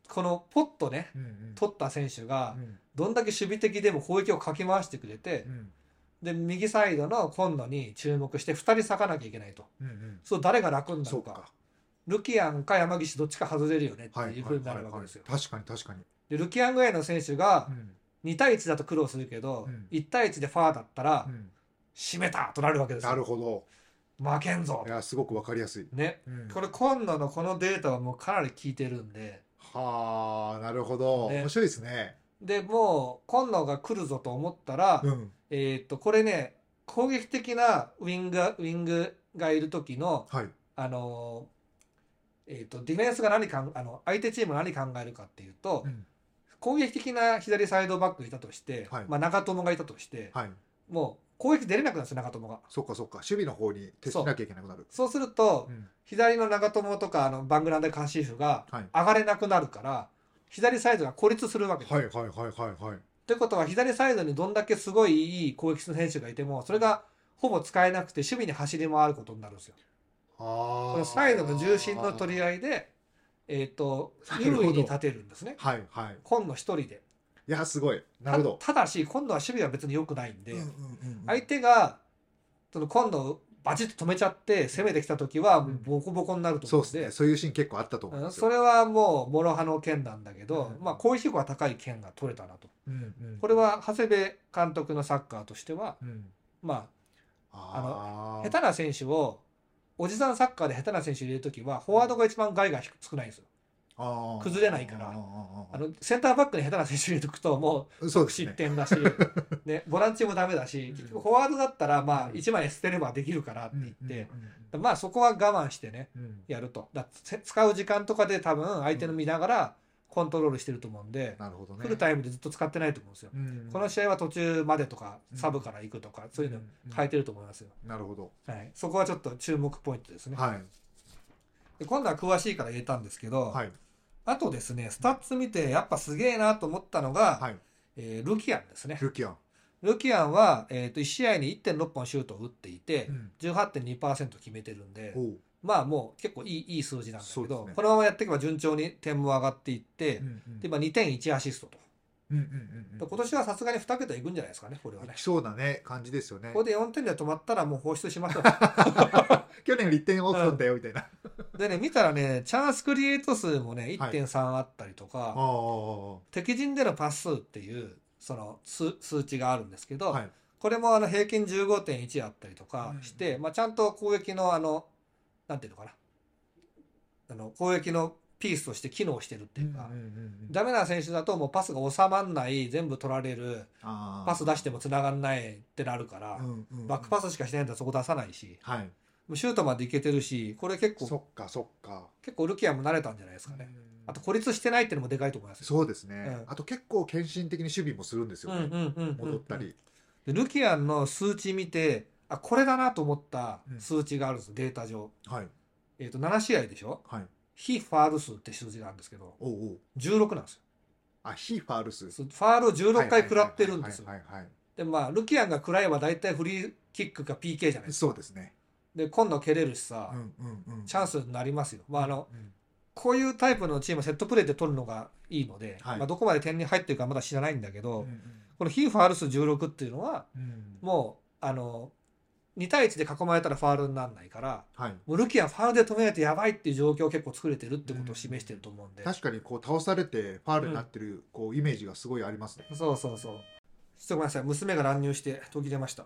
このポッとね
うんうん
取った選手が
うん
どんだけ守備的でも攻撃をかき回してくれて
うん
で右サイドの今野に注目して2人割かなきゃいけないと
うんうん。
そう誰が楽にな
そ
る
う
か
か。
ルキアンか山岸どっちか外れるよねって
はい。
いうふうになるわけですよ。
はいはい確かに確かに。
でルキアンぐらいの選手が
うん
2対1だと苦労するけど、
うん
1対1でファーだったら
うん
締めたとなるわけですよ。
なるほ
負けんぞ
ど。いや、すごくわかりやすい。
ね。
うん
これ今度のこのデータはもうかなり効いてるんで、
はあ、なるほど。
ね
面白いですね。
で、もう今度が来るぞと思ったら、
うん。
えーっと、これね、攻撃的なウィング、ウィングがいる時の、
はい。
あのー、えーっと、ディフェンスが何かん、あの、相手チームが何考えるかっていうと、
うん
攻撃的な左サイドバックがいたとして、
はい
まあ、長友がいたとして、
はい。
もう攻撃出れなくなるんですよ長友が
そっかそっか。守備の方に徹しなきゃいけなくなる。
そうすると、
うん
左の長友とかあのバングランデカンシーフが
はい。
上がれなくなるから左サイドが孤立するわけです、
はいはいはいはいはい。
ということは左サイドにどんだけすごいいい攻撃する選手がいてもそれがほぼ使えなくて守備に走り回ることになるんですよ
あ
このサイドの重心の取り合いでえっ、と
なる
優
ほど
位に立てるんですね
はいはい。
今度一人で
いや、すごい。なるほど。
たただし今度は守備は別に良くないんで、
うんうんうん
相手がその今度バチッと止めちゃって攻めてきた時はもうボコボコになると
そう
思うん
ですね。
で
そういうシーン結構あったと思うん
う
で
ん
す
そ
よ。
れはもう諸刃の剣なんだけど、
うん
まあ、攻撃力が高い剣が取れたなと
うんうん
これは長谷部監督のサッカーとしては、
うん
まあ、
あー
下手な選手をおじさんサッカーで下手な選手入れる時はフォワードが一番害が低少ないんですよ
あー
崩れないから
あー
あ
あー
のセンターバックに下手な選手入れとくとも
あーそう
う
です
失
ね。
点だ し、ね、ボランチもダメだし結局フォワードだったらまあ1枚捨てればできるからって言って。まあそこは我慢してね
うんうん
やるとだせ使う時間とかで多分相手の見ながらコントロールしてると思うんで、
なるほどね。
フルタイムでずっと使ってないと思うんですよ、この試合は途中までとか
うん
サブから行くとか、そういうの変え
い。
てると思いますよ、
なるほど。
はい、そこはちょっと注目ポイントですね、
はい。
で今度は詳しいから言えたんですけど、
はい。
あとですねスタッツ見てやっぱすげえなと思ったのが、
はい。
えールキアンですね
ルキアン。
ルキアンは、えー、と1試合に1.6本シュートを打っていて、
うん
18.2%決めてるんで、
おう
まあもう結構いいいい数字なんだけ
そうで
ど、
すね
このままやっていけば順調に点も上がっていって、
うんうん
で今2.1アシストと、
うんうんうんうん
で今年はさすがに2桁いくんじゃないですかねこれはいね
きそうなね、感じですよね
ここ。で4点で止まったらもう放出し ましょう
去年より1点多く取ったよ、みたいな。
でね見たらねチャンスクリエイト数もね
はい
1.3あったりとか、
ああ。
敵陣でのパス数っていうその数数値があるんですけど、
はい
これもあの平均15.1あったりとかして、
う
まあ、ちゃんと攻撃のあのなんていうのかなあの攻撃のピースとして機能してるっていうか、
うんうんうんうん
ダメな選手だともうパスが収まんない全部取られる
あー
パス出しても繋がんないってなるから、
うんうんうん
バックパスしかしないんだったらそこ出さないし
はい。
シュートまでいけてるしこれ結
そ
構
っかそっか。
結構ルキアも慣れたんじゃないですかね、あと孤立してないっていうのもでかいと思いますよ
そうですね、
うん
あと結構献身的に守備もするんですよね、戻ったり、
でルキアンの数値見てあこれだなと思った数値があるんです、データ上、
はい
えー、と7試合でしょ
はい
非ファール数って数字があるんですけど
おうおう
16なんですよ
あ非ファールス
そうファールを16回食らってるんですよ
はいはいはいはいはいは
でまあルキアンが食らえば大体フリーキックか PK じゃない
い
ですか
そうですね
で今度は蹴れるしさ、
うんうんうん
チャンスになりますよ、まあ、あの
うん
こういうタイプのチームはセットプレーで取るのがいいので、
はい
まあ、どこまで点に入ってるかまだ知らないんだけど、
うん
この非ファール数16っていうのは
うんうん
もうあの2対1で囲まれたらファールにならないから
はい
もうルキアンファールで止めないとやばいっていう状況を結構作れてるってことを示してると思うんで、
確かにこう倒されてファールになってる、こうイメージがすごいありますね
そうそうそうちょっとごめんなさい娘が乱入して途切れま した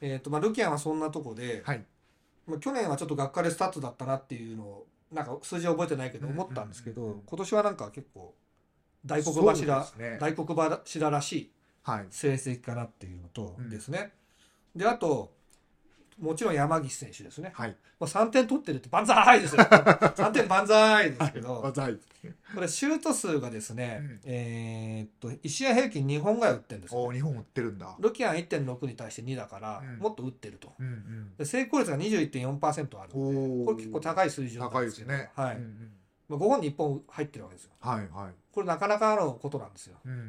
えっと、まあ、ルキアンはそんなとこで、
はい
まあ、去年はちょっとがっかりスタッツだったなっていうのをなんか数字は覚えてないけど思ったんですけど、
うんうんうんうん
今年はなんか結構大黒柱、
そうですね
大黒柱らしい
はい
成績かなっていうのと
うん
ですね、であともちろん山岸選手ですね。
はい。
もう3点取ってるって万歳 ですよ。3点万歳ですけど、
あざい。
これシュート数がですね、
うん
えーっと、1試合平均2本ぐらい打ってるんですよ。
おー、日本売ってるんだ。
ルキアン1.6に対して2だから、
うん
もっと打ってると。
うんうん。
で成功率が21.4%ある。
おお。
これ結構高い数字なん
高い
で
ですす
けど
ね。
はい
うんうん
まあ、5本に1本入ってるわけですよ。
はいはい。
これなかなかのことなんですよ。
うんうんう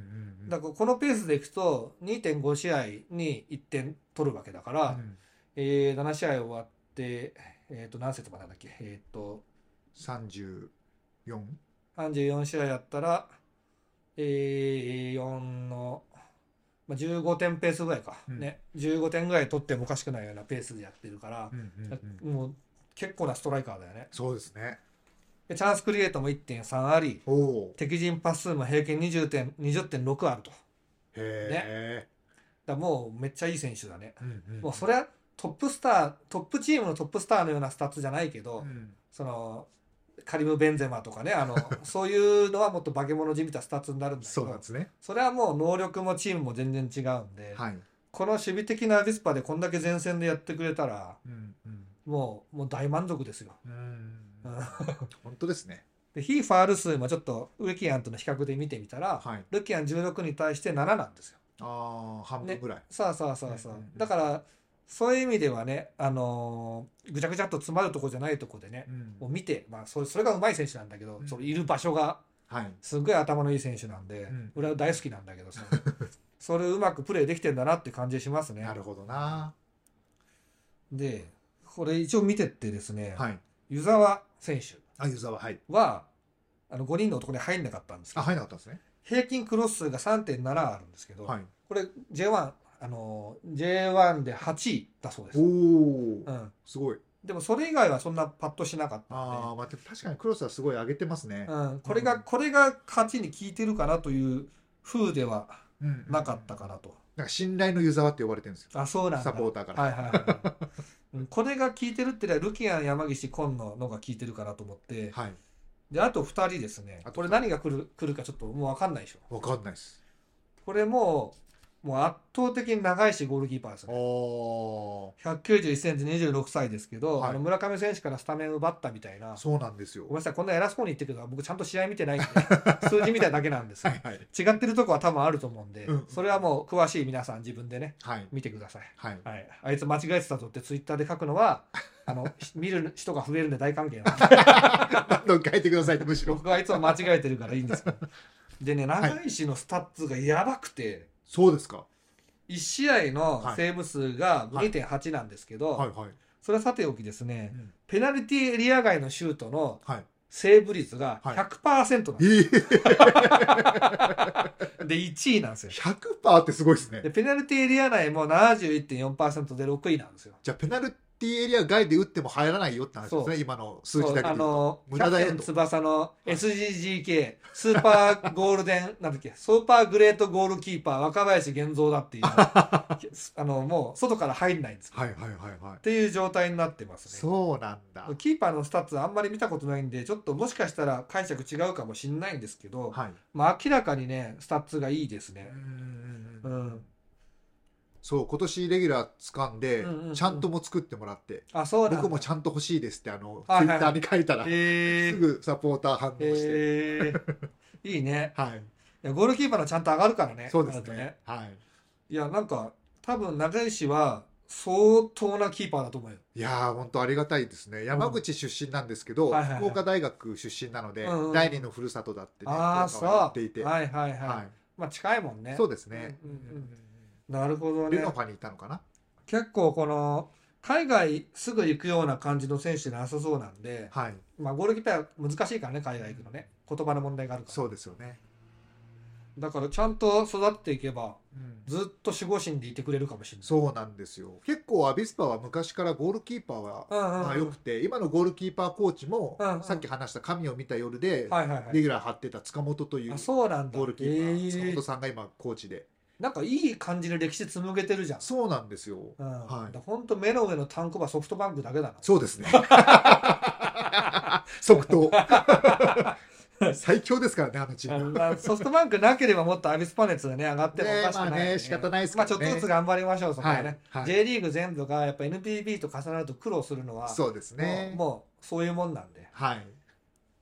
ん。
だからこのペースでいくと2.5試合に1点取るわけだから、
うん
えー7試合終わって、えー、と何節までなんだっけ、えー、と
34?
34試合やったら、えー4の、まあ、15点ペースぐらいか、
うん
ね、15点ぐらい取ってもおかしくないようなペースでやってるから
う、んうんうん
もう結構なストライカーだよね
そうですね。
でチャンスクリエイトも1.3あり
おお。
敵陣パス数も平均20点20.6あるとだか
へえ。
らもうめっちゃいい選手だね
うんうん
もうそれはトップスタートップチームのトップスターのようなスタッツじゃないけど、
うん
そのカリム・ベンゼマとかね あのそういうのはもっと化け物じみたスタッツになるんだけ
そうなん
ど
ですね。
それはもう能力もチームも全然違うんで、
はい。
この守備的なアビスパでこんだけ前線でやってくれたら
うんうん
もうもう大満足ですよ。
うん
うん
本当ですね。
で非ファール数もちょっとウルキアンとの比較で見てみたら、
はい。
ルキアン16に対して7なんですよ。
ああ、半分ぐらい。
さあさあさあさあ、
うんうんうん
だからそういう意味ではね、あのーぐちゃぐちゃっと詰まるとこじゃないとこでね、
うん
もう見て、まあ、それそれがうまい選手なんだけど、
うん
そのいる場所が
はい。
すごい頭のいい選手なんで、
ん
俺は大好きなんだけどさそれをうまくプレーできてんだなって感じしますね
なるほどな。
でこれ一応見てってですね、
はい。
湯沢選手
あ、ユーザーは、はい。
はあの5人の男に入んなかったんですけ
あ、
ど
入らなかったんですね。
平均クロス数が3.7あるんですけど、
はい。
これ J1 あの J1 で8位だそうです、
お
う
お、
ん、
すごい。
でもそれ以外はそんなパッとしなかった
あ
ん
あ、まあ、でも確かにクロスはすごい上げてますね
で、。うん、これがこれが勝ちに効いてるかなという風では
うん
なかったか。なと。
なんか信頼のユーザーって呼ばれてるんですよ。
あ、そうなんだ。
サポーターから。
はいはいはいうん。これが効いてるってのはルキアン、山岸、今野のが効いてるかなと思って、
はい。
で、あと2人ですね
あ。と
これ何が来る来るかちょっともう分かんないでしょ。
わかんないです。
これもう、もう圧倒的に長いし、ゴールキーパーです
あ
ね。
ー
191センチ26歳ですけど、
はい
あの村上選手からスタメン奪ったみたいな、
そうなんですよ
ごめん。なさい、こんな偉そうに言ってるけど、僕ちゃんと試合見てないんで、 数字見ただけなんです
は。いはい。
違ってるとこは多分あると思うんで、
うん
それはもう詳しい皆さん自分でね、
はい。
見てください。
はい。
はい、あいつ間違えてたぞってツイッターで書くのはあの ひ見る人が増えるんで大歓迎なんで
どんどん変えてくださいって、むしろ。
僕はいつも間違えてるからいいんですけどでね長石のスタッツがやばくて、
そうですか。
1試合の
はい
セーブ数が2.8なんですけど、
はいはい。
それはさておきですね
うん
ペナルティーエリア外のシュートの
はい。
セーブ率が
はい
100%なん
え
で
ー、
す、で1位なんですよ
100%ってすごいですね
で。ペナルティーエリア内も71.4%で6位なんですよ
じゃあ、ペナルティーエリア外で打っても入らないよって話です
そう
ね、今の数字だけ
そうあ
で言うと。
のキ
無駄
ャプ
だよ
テ
と
ン翼の SGGK スーパーゴールデン なんだっけスーパーグレートゴールキーパー若林源三だっていう あのもう外から入んないんです
はいはいはいはい
っ。ていう状態になってますね
そうなんだ。
キーパーのスタッツあんまり見たことないんでちょっともしかしたら解釈違うかもしんないんですけど、
はい。
まあ、明らかにねスタッツがいいですねうん、
そう、今年レギュラー掴んで
うんうんうん、
ちゃんとも作ってもらって、
あそうなんだ
僕もちゃんと欲しいですって、あの、ツイ
はいはい
ッターに書いたら、
え
す
ー、
ぐサポーター反応して。
えー、いいね
はい。
いやゴールキーパーのちゃんと上がるからね
そうです
なると
ね。はい。
いや、なんか、多分、長石は、相当なキーパーだと思うよ。
いやー、本当ありがたいですね。山口出身なんですけど、
はいはいはい
福岡大学出身なので、
うんうん
第二のふるさとだってね、
ああ、
福
そう。
岡は言っていて、
はいはいはい。
は
まあ、近いもんね。
い。そうですね。
うんうんうんなるほど
レ
ね
ノ。ファにいたのかな
結構、この、海外すぐ行くような感じの選手なさそうなんで、
はい。
まあ、ゴールキーパーは難しいからね、海外行くのね。言葉の問題があるから。
そうですよね。
だから、ちゃんと育っていけば、
うん
ずっと守護神でいてくれるかもしれない。
そうなんですよ。結構アビスパは昔からゴールキーパーは
うんうんうん。
まあ、よくて今のゴールキーパーコーチも、
うんうん
さっき話した「神を見た夜」で、
はいはいは
レ
い。
ギュラー張ってた塚本という
あ、
ゴ
そうなんだ。
ールキーパー、
え
塚
え
本さんが今コーチで
なんか、いい感じの歴史紡げてるじゃん。
そうなんですよ、
うん
はい
本当目の上のタンコバソフトバ ンクだけだな。
そうですね即答 最強ですからね、あのチーム。
まあソフトバンクなければもっとアビスパ熱がね、上がってもお
ね
かし
ま
く
あ
ないよ、
ね、仕方ないです
ま
か
あちょ
ら
っとず
ね
つ。頑張りましょう、そこはね。
はいはい
J リーグ全部がやっぱ NPB と重なると苦労するのは、
そうですね。
もうもうそういうもんなんで。
はい。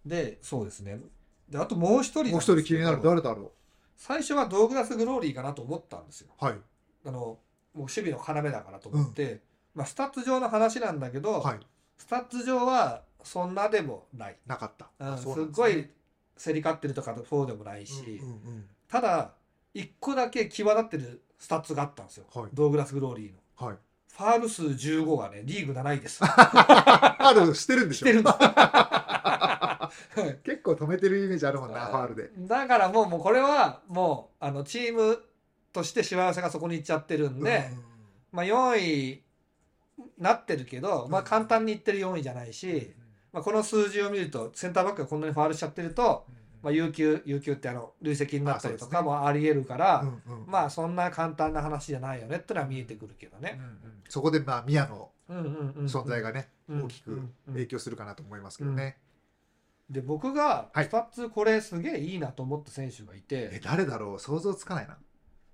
で、そうですね。で、あともう一人なんですけど
もう一人気になる誰だろ
最初はドーグラス・グローリーかなと思ったんですよ。
う。はい。
あの、もう守備の要だからと思って、まあスタッツ上の話なんだけど、
はい。
スタッツ上はそんなでもない。
なかった。
うん
あ
す
そう
っ
なんで
ご
ね
い競り勝ってるとかの方でもないし、
うんうんうん
ただ、一個だけ際立ってるスタッツがあったんですよ。
はい
ドーグラス・グローリーの。
はい。
ファール数15がね、リーグ7位です。
ファールしてるんでし
し
ょ
て るんです。
結構止めてるイメージあるもんな、ファールで。
だからもうもうこれはもうあのチームとしてしわ寄せがそこに行っちゃってるんで、まあ、4位なってるけど、まあ、
うん
簡単にいってる4位じゃないし、
うん、
まあ、この数字を見るとセンターバックがこんなにファウルしちゃってると、まあ、有給有給ってあの累積になったりとか
あそうですね
もありえるから、
うんうん
まあそんな簡単な話じゃないよねってのは見えてくるけどね。
そこでまあ宮の
うんうんうんうん
存在がね、
うん
大き
う
く
んうん
影響するかなと思いますけどね。
で僕が
はい
スタッツこれすげえいいなと思った選手がいて、
え誰だろう想像つかないな。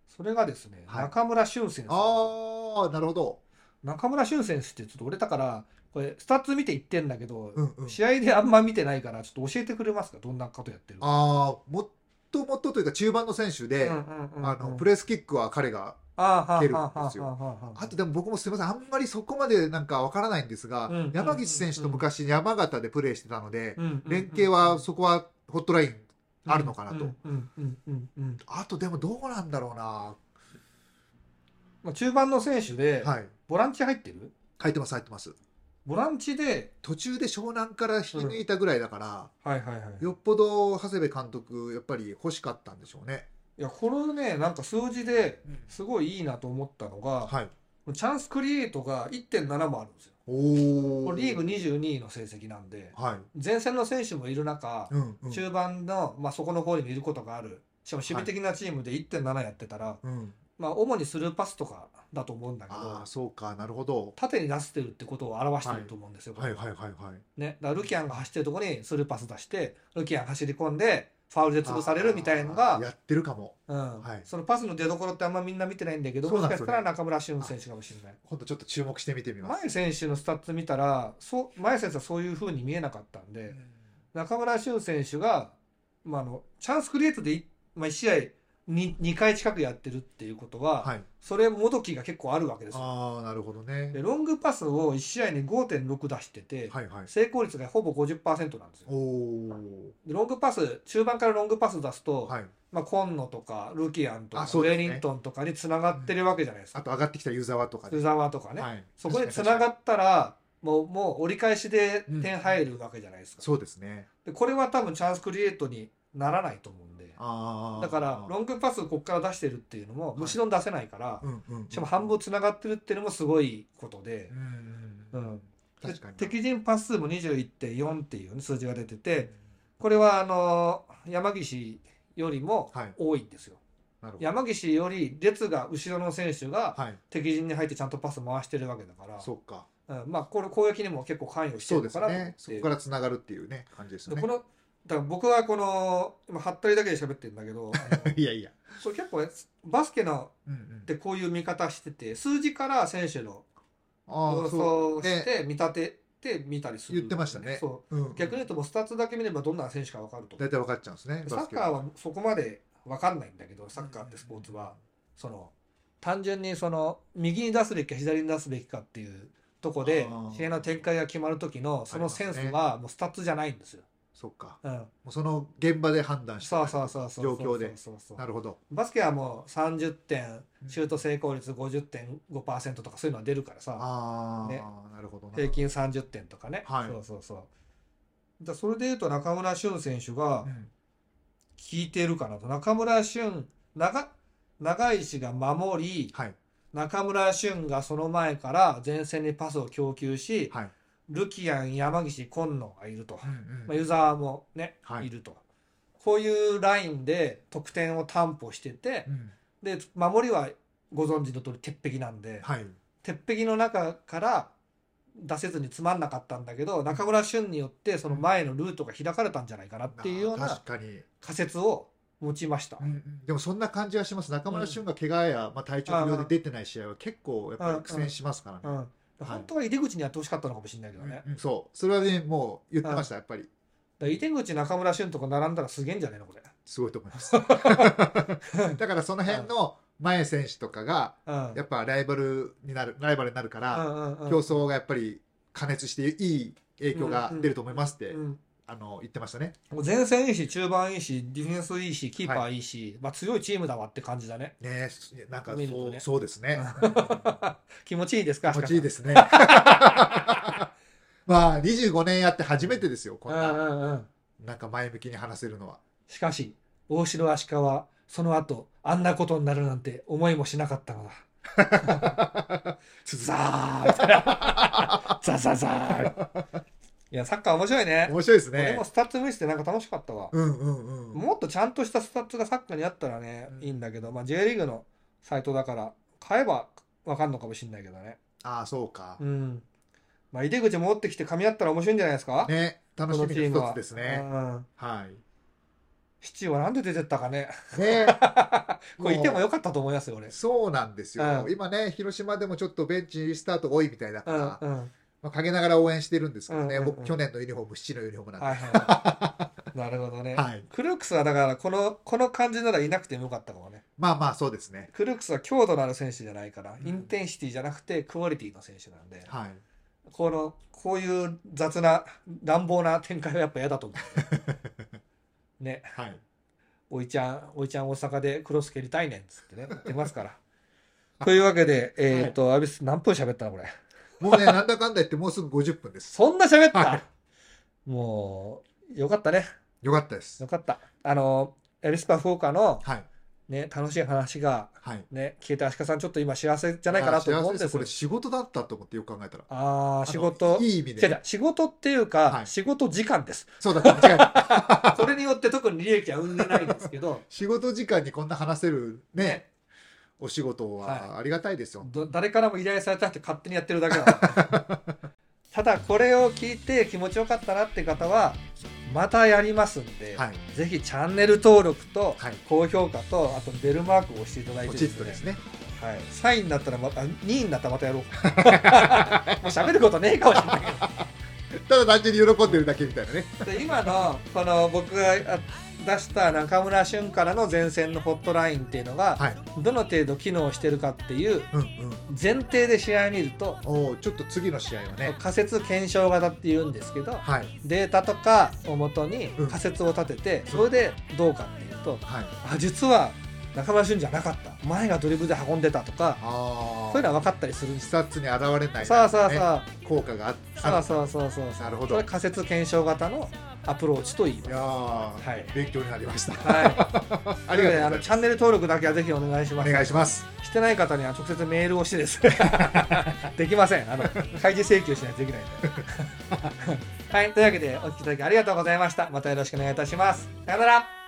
それがですね、
はい
中村俊選手。
ああ、なるほど。
中村俊選手ってちょっと俺だからこれスタッツ見て言ってんだけど、
うんうん、
試合であんま見てないからちょっと教えてくれますかどんなことやってるか
ああ、もっともっとというか中盤の選手で、あのプ
レ
レースキックは彼が、
ー
蹴るんですよ
よ
あとでも僕もすみません、あんまりそこまでなんかわからないんですが、
うん
山口選手と昔山形でプレーしてたので、連携
携
はそこはホットラインあるのかなと。あとでもどうなんだろうな。
まあ中盤の選手で
はい。
ボランチ入ってる
入ってます、入ってます。
ボランチで
途中で湘南から引き抜いたぐらいだから、
はいはいはい
よっぽど長谷部監督、やっぱり欲しかったんでしょうね。
いやこれねなんか数字ですごいいいなと思ったのが
はい。
チャンスクリエイトが1.7もあるんですよ
お
こ
お。
れリーグ22位の成績なんで
はい。
前線の選手もいる中
うん、うん。
中盤の、まあ、そこの方にもいることがあるしかも守備的なチームで1.7やってたら、
うん、
まあ、主にスルーパスとかだと思うんだけ
あ
ど
あ、そうか、なるほど。
縦に出してるってことを表してると思うんですよ。
はいはいはいはい。
ね、だからルキアンが走ってるところにスルーパス出してルキアン走り込んでファウルで潰されるみたいの
あ
が
ー、やってるかも。
うん
はい
そのパスの出所ってあんまみんな見てないんだけど
そう
も
な
しか
んです
し
よね
たら中村俊選手かもしれない。
今度ちょっと注目して見てみます。
前選手のスタッツ見たらそう前選手はそういう風に見えなかったんで。中村俊選手が、まあ、あのチャンスクリエイトでい、まあ、1試合に 2, 回近くやってるっていうことは、
はい。
それもどきが結構あるわけですよ。
ああ、なるほどね
で。ロングパスを1試合に5.6出してて、
はいはい。
成功率がほぼ50%なんですよ
お。お。
でロングパス中盤からロングパス出すと、
はい。
まあ、今野とかルキアンとか、
あ
ウ
そうです
ェ
ね
リントンとかにつながってるわけじゃないです
あ
か。
と上がってきた湯沢とか
湯沢とかね、
はい。
そこでつ
確
な
かに
が
確か
ったらもうもう折り返しで点入るわけじゃないですか
に。そうですね。
でこれは多分チャンスクリエイトにならないと思うんで
ああ。
だからロングパスをここから出してるっていうのも
い
むしろ出せないから、
うんうんうん。
しかも半分つながってるっていうのもすごいことで
う、
う
んうんんうん。確かに。
敵陣パス数も21.4っていうね、数字が出ててこれはあのー山岸よりも
はい
多いんですよ。
なるほど。
山岸より列が後ろの選手が
はい。
敵陣に入ってちゃんとパス回してるわけだから、
そうか。
うんまあこれ攻撃にも結構関与して
そう
る
で
の
す
かなと思っ
ね
て。
そこからつながるっていうね、感じですよ
で
ね
こ。のだから僕はこの今ハッタリだけで喋ってるんだけどあの
いやいや。
これ結構ねバスケの
うんうん
でこういう見方してて数字から選手の
あ
予
あ、そう。
想をして見立てて見たりする、
言ってましたね
そう
うん
逆に言うともうスタッツだけ見ればどんな選手か分かると
大体分かっちゃうんですね。
サッカーはそこまで分かんないんだけどサッカーってスポーツはその単純にその右に出すべきか左に出すべきかっていうとこで
あー
試合の展開が決まる時のそのセンスはもうスタッツじゃないんですよ。
そっか。
うん、
もうその現場で判断して。
そうそうそうそう
状況で
そうそうそう
なるほど。
バスケはもう30点シュート成功率50.5%とかそういうのは出るからさ
あ
ね
あ、なるほどな。
平均30点とかね、
はい
そうそうそうだからそれでいうと中村俊選手が
う
効
ん
いてるかなと中村俊長長石が守り
はい。
中村俊がその前から前線にパスを供給し、
はい。
ルキアン山岸今野がいると、
うん
まあ、湯沢もね、
はい
いるとこういうラインで得点を担保してて、
うん
で守りはご存知の通り鉄壁なんで、
はい。
鉄壁の中から出せずにつまんなかったんだけど中村俊によってその前のルートが開かれたんじゃないかなっていうような
確かに、
仮説を持ちました。
でもそんな感じはします中村俊が怪我や、まあ、体調不良で出てない試合は結構やっぱり苦戦しますからね、
うん、本当は井出口にやってほしかったのかもしれないけどね、だか
うんそうそれはねもう言ってましたやっぱり
ら井出口中村俊とか並んだらすげえんじゃないのこれ、
すごいと思います だからその辺の前選手とかが
うん、
やっぱライバルになるライバルになるから、
うんうんうん
競争がやっぱり加熱していい影響が出ると思いますって、
うん
あの言ってましたね
もう前線いいし中盤いいしディフェンスいいしキーパーいいし、まあ、強いチームだわって感じだね
ねなんかそう,、
見るとね
そうですね
気持ちいいですか
気持ちいい
で
です ねまあ25年やって初めてですよこん
う
なん
うんうん
なんか前向きに話せるのは。
しかし大城足利はその後あんなことになるなんて思いもしなかったのだザーみたいなザザザー いやサッカー面白いね
面白いです
俺
ね
も。スタッツ無視してなんか楽しかったわ、
うんうんうん。
もっとちゃんとしたスタッツがサッカーにあったらね、
うん
いいんだけど、まあ、J リーグのサイトだから買えばわかんのかもしれないけどね
ああ、そうか
う。んまあ井出口戻ってきて噛み合ったら面白いんじゃないですか、
ね、
こ
楽し
の
み
チーム
の一
は
つですね。
うん
は
シチューはなんで出てったか ね
い。ね、
これいてもよかったと思いますよ俺
そうなんですよ。
うん
今ね、広島でもちょっとベンチスタート多いみたいだ
う
か
んう
ら、
んはい
まあ、陰ながら応援してるんですけどね、
うんうんうん
僕、去年のユニフォーム、七のユニフォームなんで。
はい はいなるほどね、
はい。
クルークスはだからこのこの感じならいなくてもよかったかもね
まあまあ、そうですね。
クルークスは強度のある選手じゃないから、
うん
インテンシティじゃなくてクオリティの選手なんで、
はい。
このこういう雑な乱暴な展開はやっぱ嫌だと思 うね
はい。
おいちゃんおいちゃん大阪でクロス蹴りたいねんっつってね言ってますからというわけ でえっ、と、アビス何分喋ったのこれ
もうね、なんだかんだ言って、もうすぐ50分です。
そんな喋った、
は
もうよかったね
よかったです
よ。かったあのエリスパ福岡の
はい。
ね楽しい話が
はい。
ね聞いて足利さんちょっと今幸せじゃないかなと思うんです
幸せこ
よ
れ、仕事だったと思ってよく考えたら。
ああ
あの
仕事
いい意味
違う違う
で。
仕事っていうか、
はい
仕事時間です
そうだった、違う。
それによって特に利益は生んでないんですけ ど
仕事時間にこんな話せるね
ね
お仕事は
は
ありがたいですよ、
ど誰からも依頼されたって勝手にやってるだけなの ただこれを聞いて気持ちよかったなって方はまたやりますんで、
はい
ぜひチャンネル登録と
はい
高評価とあとベルマークを押していただいて
ポ
で
チ
す
ッと
ね
ですね
はい、3位になったらまたあ2位になったらま たやろうもう喋ることねえかもしれない
ただ単純に喜んでるだけみたいなね
で今のこの僕があ出した中村俊からの前線のホットラインっていうのが、
はい
どの程度機能してるかっていう
うん
前提で試合を見ると、
うんおーちょっと次の試合はね
仮説検証型って言うんですけど
はい
データとかをもとに
うん
仮説を立てて、それでどうかっていうと
はい
あ実は中村俊じゃなかった前がドリブルで運んでたとか
ああ
そういうのは分かったりするんです
視察に現れない、ね、
さあさあさ
効果があっ
あ
あ
さあさあさあさあ
なるほ
こ
ど
れ
い
仮説検証型のアプローチと言います
やー、
はい
勉強になりました
はい、
ありがとうござい
な
ま
の
す
であのチャンネル登録だけはぜひお願いし
お
ます。
願いします
してない方には直接メールをしてですね できませんあの開示請求しないとできないんではいというわけでお聞きいただきありがとうございましたまたよろしくお願いいたしますさよなら